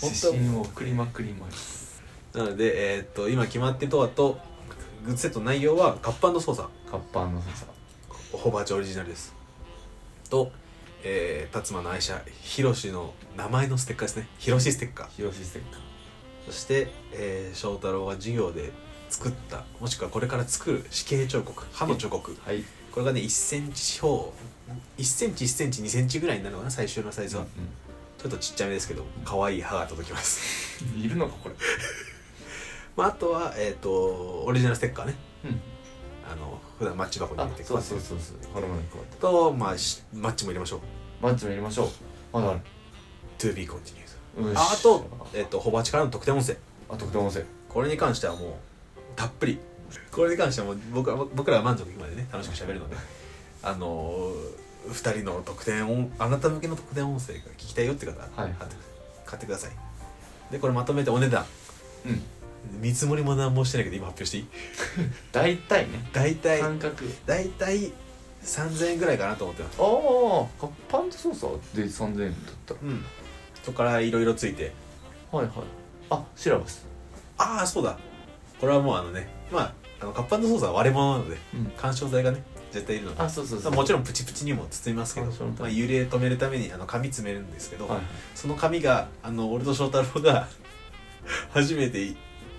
Speaker 1: 当
Speaker 2: 指針を送りまくります
Speaker 1: なので、えーっと今決まってるとはとグッズセットの内容は活版の操作
Speaker 2: カッパンドソース
Speaker 1: ほぼ8オリジナルですと、えー、辰馬の愛車ヒロシの名前のステッカーですねヒロシステッカー
Speaker 2: 広しステッカー
Speaker 1: そして、えー翔太郎が授業で作ったもしくはこれから作る死刑彫刻歯の彫刻
Speaker 2: はい
Speaker 1: これがね1センチ四方1センチ1センチ2センチぐらいになるのかな最終のサイズは、ちょっとちっちゃめですけど可愛い歯が届きます
Speaker 2: うんいるのかこれ
Speaker 1: まああとはえっ、とオリジナルステッカーね
Speaker 2: うん
Speaker 1: あの普段マッチ箱に
Speaker 2: あ
Speaker 1: 入れて
Speaker 2: そうそうそううそうこれもねこうやって
Speaker 1: とまあしマッチも入れましょう
Speaker 2: マッチも入れましょうまだある
Speaker 1: To be continued
Speaker 2: よし
Speaker 1: ああとえっ、とホバチからの特典音声
Speaker 2: あ特典音声
Speaker 1: これに関してはもうたっぷりこれに関してはもう僕は僕らは満足いくまでね楽しく喋るのであのー、2人の特典音あなた向けの特典音声が聞きたいよって方は買
Speaker 2: はい
Speaker 1: って,、買ってくださいでこれまとめてお値段
Speaker 2: うん
Speaker 1: 見積もりも何もしてないけど今発表していい
Speaker 2: 大体ね
Speaker 1: 大体
Speaker 2: 感覚
Speaker 1: 大体3000円ぐらいかなと思ってます
Speaker 2: ああカッパンドソースはで3000円だったら
Speaker 1: うんそこからいろいろついて
Speaker 2: はいはいあシラバス
Speaker 1: ああそうだこれはもうあのねまああの活版の操作は割れ物なので
Speaker 2: うん
Speaker 1: 緩衝材がね絶対いるので
Speaker 2: あそうそうそう
Speaker 1: もちろんプチプチにも包みますけど
Speaker 2: あそうなん、だ
Speaker 1: まあ、揺れ止めるためにあの紙詰めるんですけど、
Speaker 2: はい
Speaker 1: その紙があの俺と翔太郎が [laughs] 初めて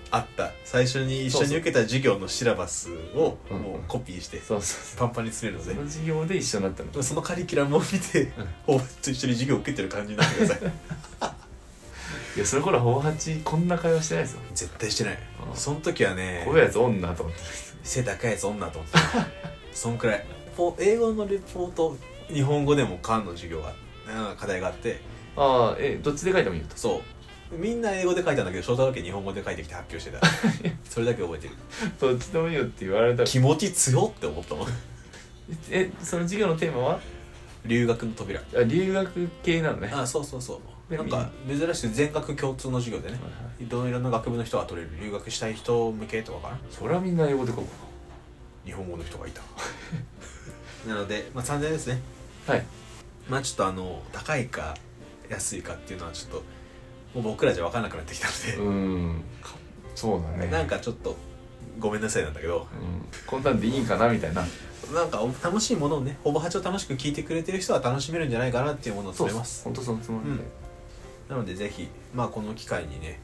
Speaker 1: 会った最初に一緒に受けた授業のシラバスを
Speaker 2: うん
Speaker 1: もうコピーして
Speaker 2: そうそう
Speaker 1: パンパンに詰める
Speaker 2: そうそ
Speaker 1: の
Speaker 2: の授業で一緒になったの
Speaker 1: でそのカリキュラムを見ておばと一緒に授業を受けてる感じになってくだ
Speaker 2: [laughs]
Speaker 1: さい
Speaker 2: いやその頃ほぼ8こんな会話してないですよ
Speaker 1: 絶対してない
Speaker 2: うん
Speaker 1: その時はね
Speaker 2: こういうやつおんなと思って
Speaker 1: 背高いやつ女と思ってた [laughs] そんくらいポ英語のレポート日本語でも漢の授業がうん課題があって
Speaker 2: ああえどっちで書いてもいいよと
Speaker 1: そうみんな英語で書いたんだけど翔太郎家日本語で書いてきて発表してたそれだけ覚えてる
Speaker 2: どっちでもいいよって言われたら
Speaker 1: 気持ち強って思ったもん
Speaker 2: [laughs] えその授業のテーマは
Speaker 1: 留学の扉
Speaker 2: あ留学系なのねは
Speaker 1: あそうそうそう
Speaker 2: で
Speaker 1: なんか珍しく全学共通の授業でね
Speaker 2: いはい
Speaker 1: いろいろな学部の人が取れる留学したい人向けとかかな
Speaker 2: そりゃみんな英語で書こ
Speaker 1: 日本語の人がいたなので、まあ、3000円ですね
Speaker 2: うはい
Speaker 1: まあちょっとあの高いか安いかっていうのはちょっともう僕らじゃ分からなくなってきた
Speaker 2: う
Speaker 1: の
Speaker 2: ーんかそうだ
Speaker 1: で、[laughs]
Speaker 2: ね
Speaker 1: なんかちょっとごめんなさいなんだけど
Speaker 2: うん、こんなんでいいんかなみたいな
Speaker 1: なんか楽しいものをねほぼ八を楽しく聞いてくれてる人は楽しめるんじゃないかなっていうものを詰めます
Speaker 2: 本当そのつもりで、
Speaker 1: なのでぜひ、まあ、この機会にね、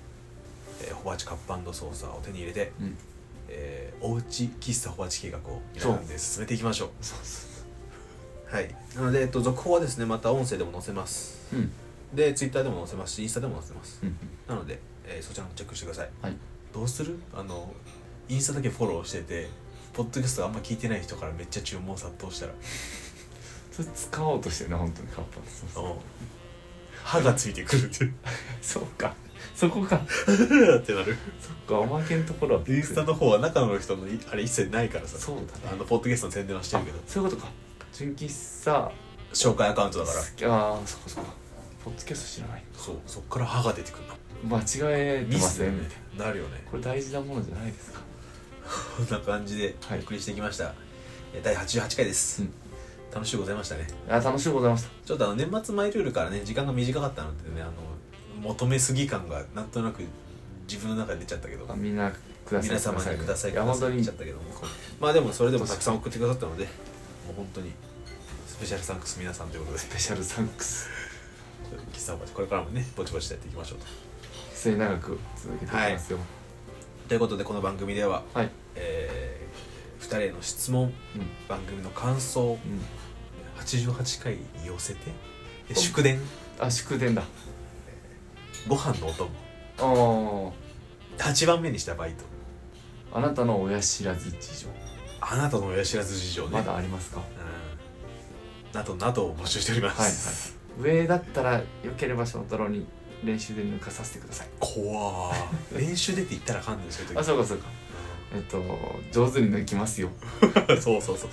Speaker 1: えー、ホバチカップソーサーを手に入れて、
Speaker 2: うん
Speaker 1: えーおうち喫茶ホバチ計画を皆さんで進めていきましょう
Speaker 2: そうそ
Speaker 1: はいなので、えっと、続報はですねまた音声でも載せます
Speaker 2: ううん
Speaker 1: でツイッターでも載せますしインスタでも載せます
Speaker 2: うん
Speaker 1: なので、えーそちらもチェックしてください、
Speaker 2: はい
Speaker 1: どうするあのインスタだけフォローしててポッドキャストあんま聞いてない人からめっちゃ注文殺到したら
Speaker 2: それ使おうとしてるな本当にカッパそうそう [laughs]
Speaker 1: うん歯がついてくるって [laughs]
Speaker 2: そうかそこか
Speaker 1: ってなる
Speaker 2: そっかおまけのところは
Speaker 1: インスタの方は中の人のいあれ一切ないからさ
Speaker 2: そうだね
Speaker 1: あのポッドキャストの宣伝はしてるけど
Speaker 2: そういうことか純喫茶
Speaker 1: 紹介アカウントだから
Speaker 2: ああそこそこポッドキャスト知らない
Speaker 1: そうそっから歯が出てくるの
Speaker 2: 間違えてませんみ
Speaker 1: ね
Speaker 2: たい
Speaker 1: なるよね
Speaker 2: [laughs] なこれ大事なものじゃないですか
Speaker 1: こんな感じでお
Speaker 2: はい
Speaker 1: 送りしてきました、え第88回です、
Speaker 2: うん
Speaker 1: 楽しゅうございましたね
Speaker 2: あ楽しゅうございました
Speaker 1: ちょっとあの年末マイルールからね時間が短かったのでねあの求めすぎ感がなんとなく自分の中で出ちゃったけど
Speaker 2: あみんなください
Speaker 1: 皆様にください
Speaker 2: い
Speaker 1: くだ
Speaker 2: や本
Speaker 1: さ
Speaker 2: 当
Speaker 1: いっ
Speaker 2: に
Speaker 1: ちゃったけどもまあでもそれでもたくさん送ってくださったのでもう本当にスペシャルサンクス皆さんということで
Speaker 2: スペシャルサンクス
Speaker 1: 喫茶おばちこれからもねぼちぼちとやっていきましょうと
Speaker 2: 末永く続けていきますよ
Speaker 1: ということでこの番組では、
Speaker 2: はい、
Speaker 1: え2人への質問
Speaker 2: うん
Speaker 1: 番組の感想
Speaker 2: うん
Speaker 1: 88回に寄せてで祝電
Speaker 2: あ祝電だ
Speaker 1: ご飯のお供
Speaker 2: あー
Speaker 1: 8番目にしたバイト
Speaker 2: あなたの親知らず事情
Speaker 1: あなたの親知らず事情ね、
Speaker 2: まだありますか
Speaker 1: うんなどなどを募集しております、
Speaker 2: 上だったら良ければ翔太郎に練習で抜かさせてください
Speaker 1: 怖ー練習でって言ったらあかんねんそういう時
Speaker 2: あそうかそうかえっと上手に抜きますよ
Speaker 1: [laughs] そうそうそうそう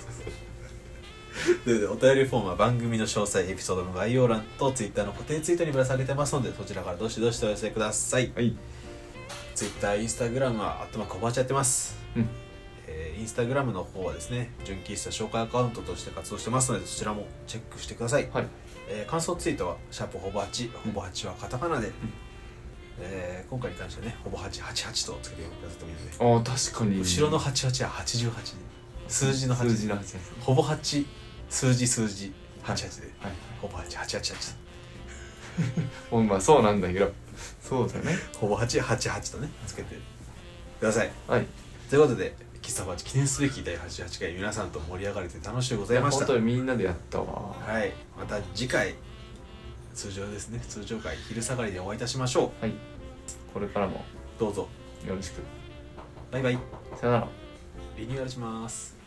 Speaker 1: ということでお便りフォームは番組の詳細エピソードの概要欄とツイッターの固定ツイートにぶら下げてますのでそちらからどしどしとお寄せください
Speaker 2: はい
Speaker 1: ツイッターインスタグラムは頭こばちゃってます、
Speaker 2: うん
Speaker 1: えーインスタグラムの方はですね純喫茶紹介アカウントとして活動してますのでそちらもチェックしてください、
Speaker 2: はい
Speaker 1: えー感想ツイートは「シャープほぼ8」ほぼ8はカタカナで、えー今回に関してはねほぼ888とつけてくださってもいいので
Speaker 2: あー確かに
Speaker 1: 後ろの88は88で数字の8
Speaker 2: 数字の八です
Speaker 1: ほぼ8数字数字88で、
Speaker 2: はい
Speaker 1: ほぼ8888
Speaker 2: ほんまそうなんだけどそうだね
Speaker 1: ほぼ888とねつけてください
Speaker 2: はい
Speaker 1: ということで喫茶バチ記念すべき第88回皆さんと盛り上がれて楽しゅうございまし
Speaker 2: 本
Speaker 1: た
Speaker 2: 当にみんなでやったわ
Speaker 1: はいまた次回通常ですね通常回昼下がりでお会いいたしましょ
Speaker 2: はいこれからも
Speaker 1: うどうぞ
Speaker 2: よろしく
Speaker 1: バイバイ
Speaker 2: さよなら
Speaker 1: リニューアルします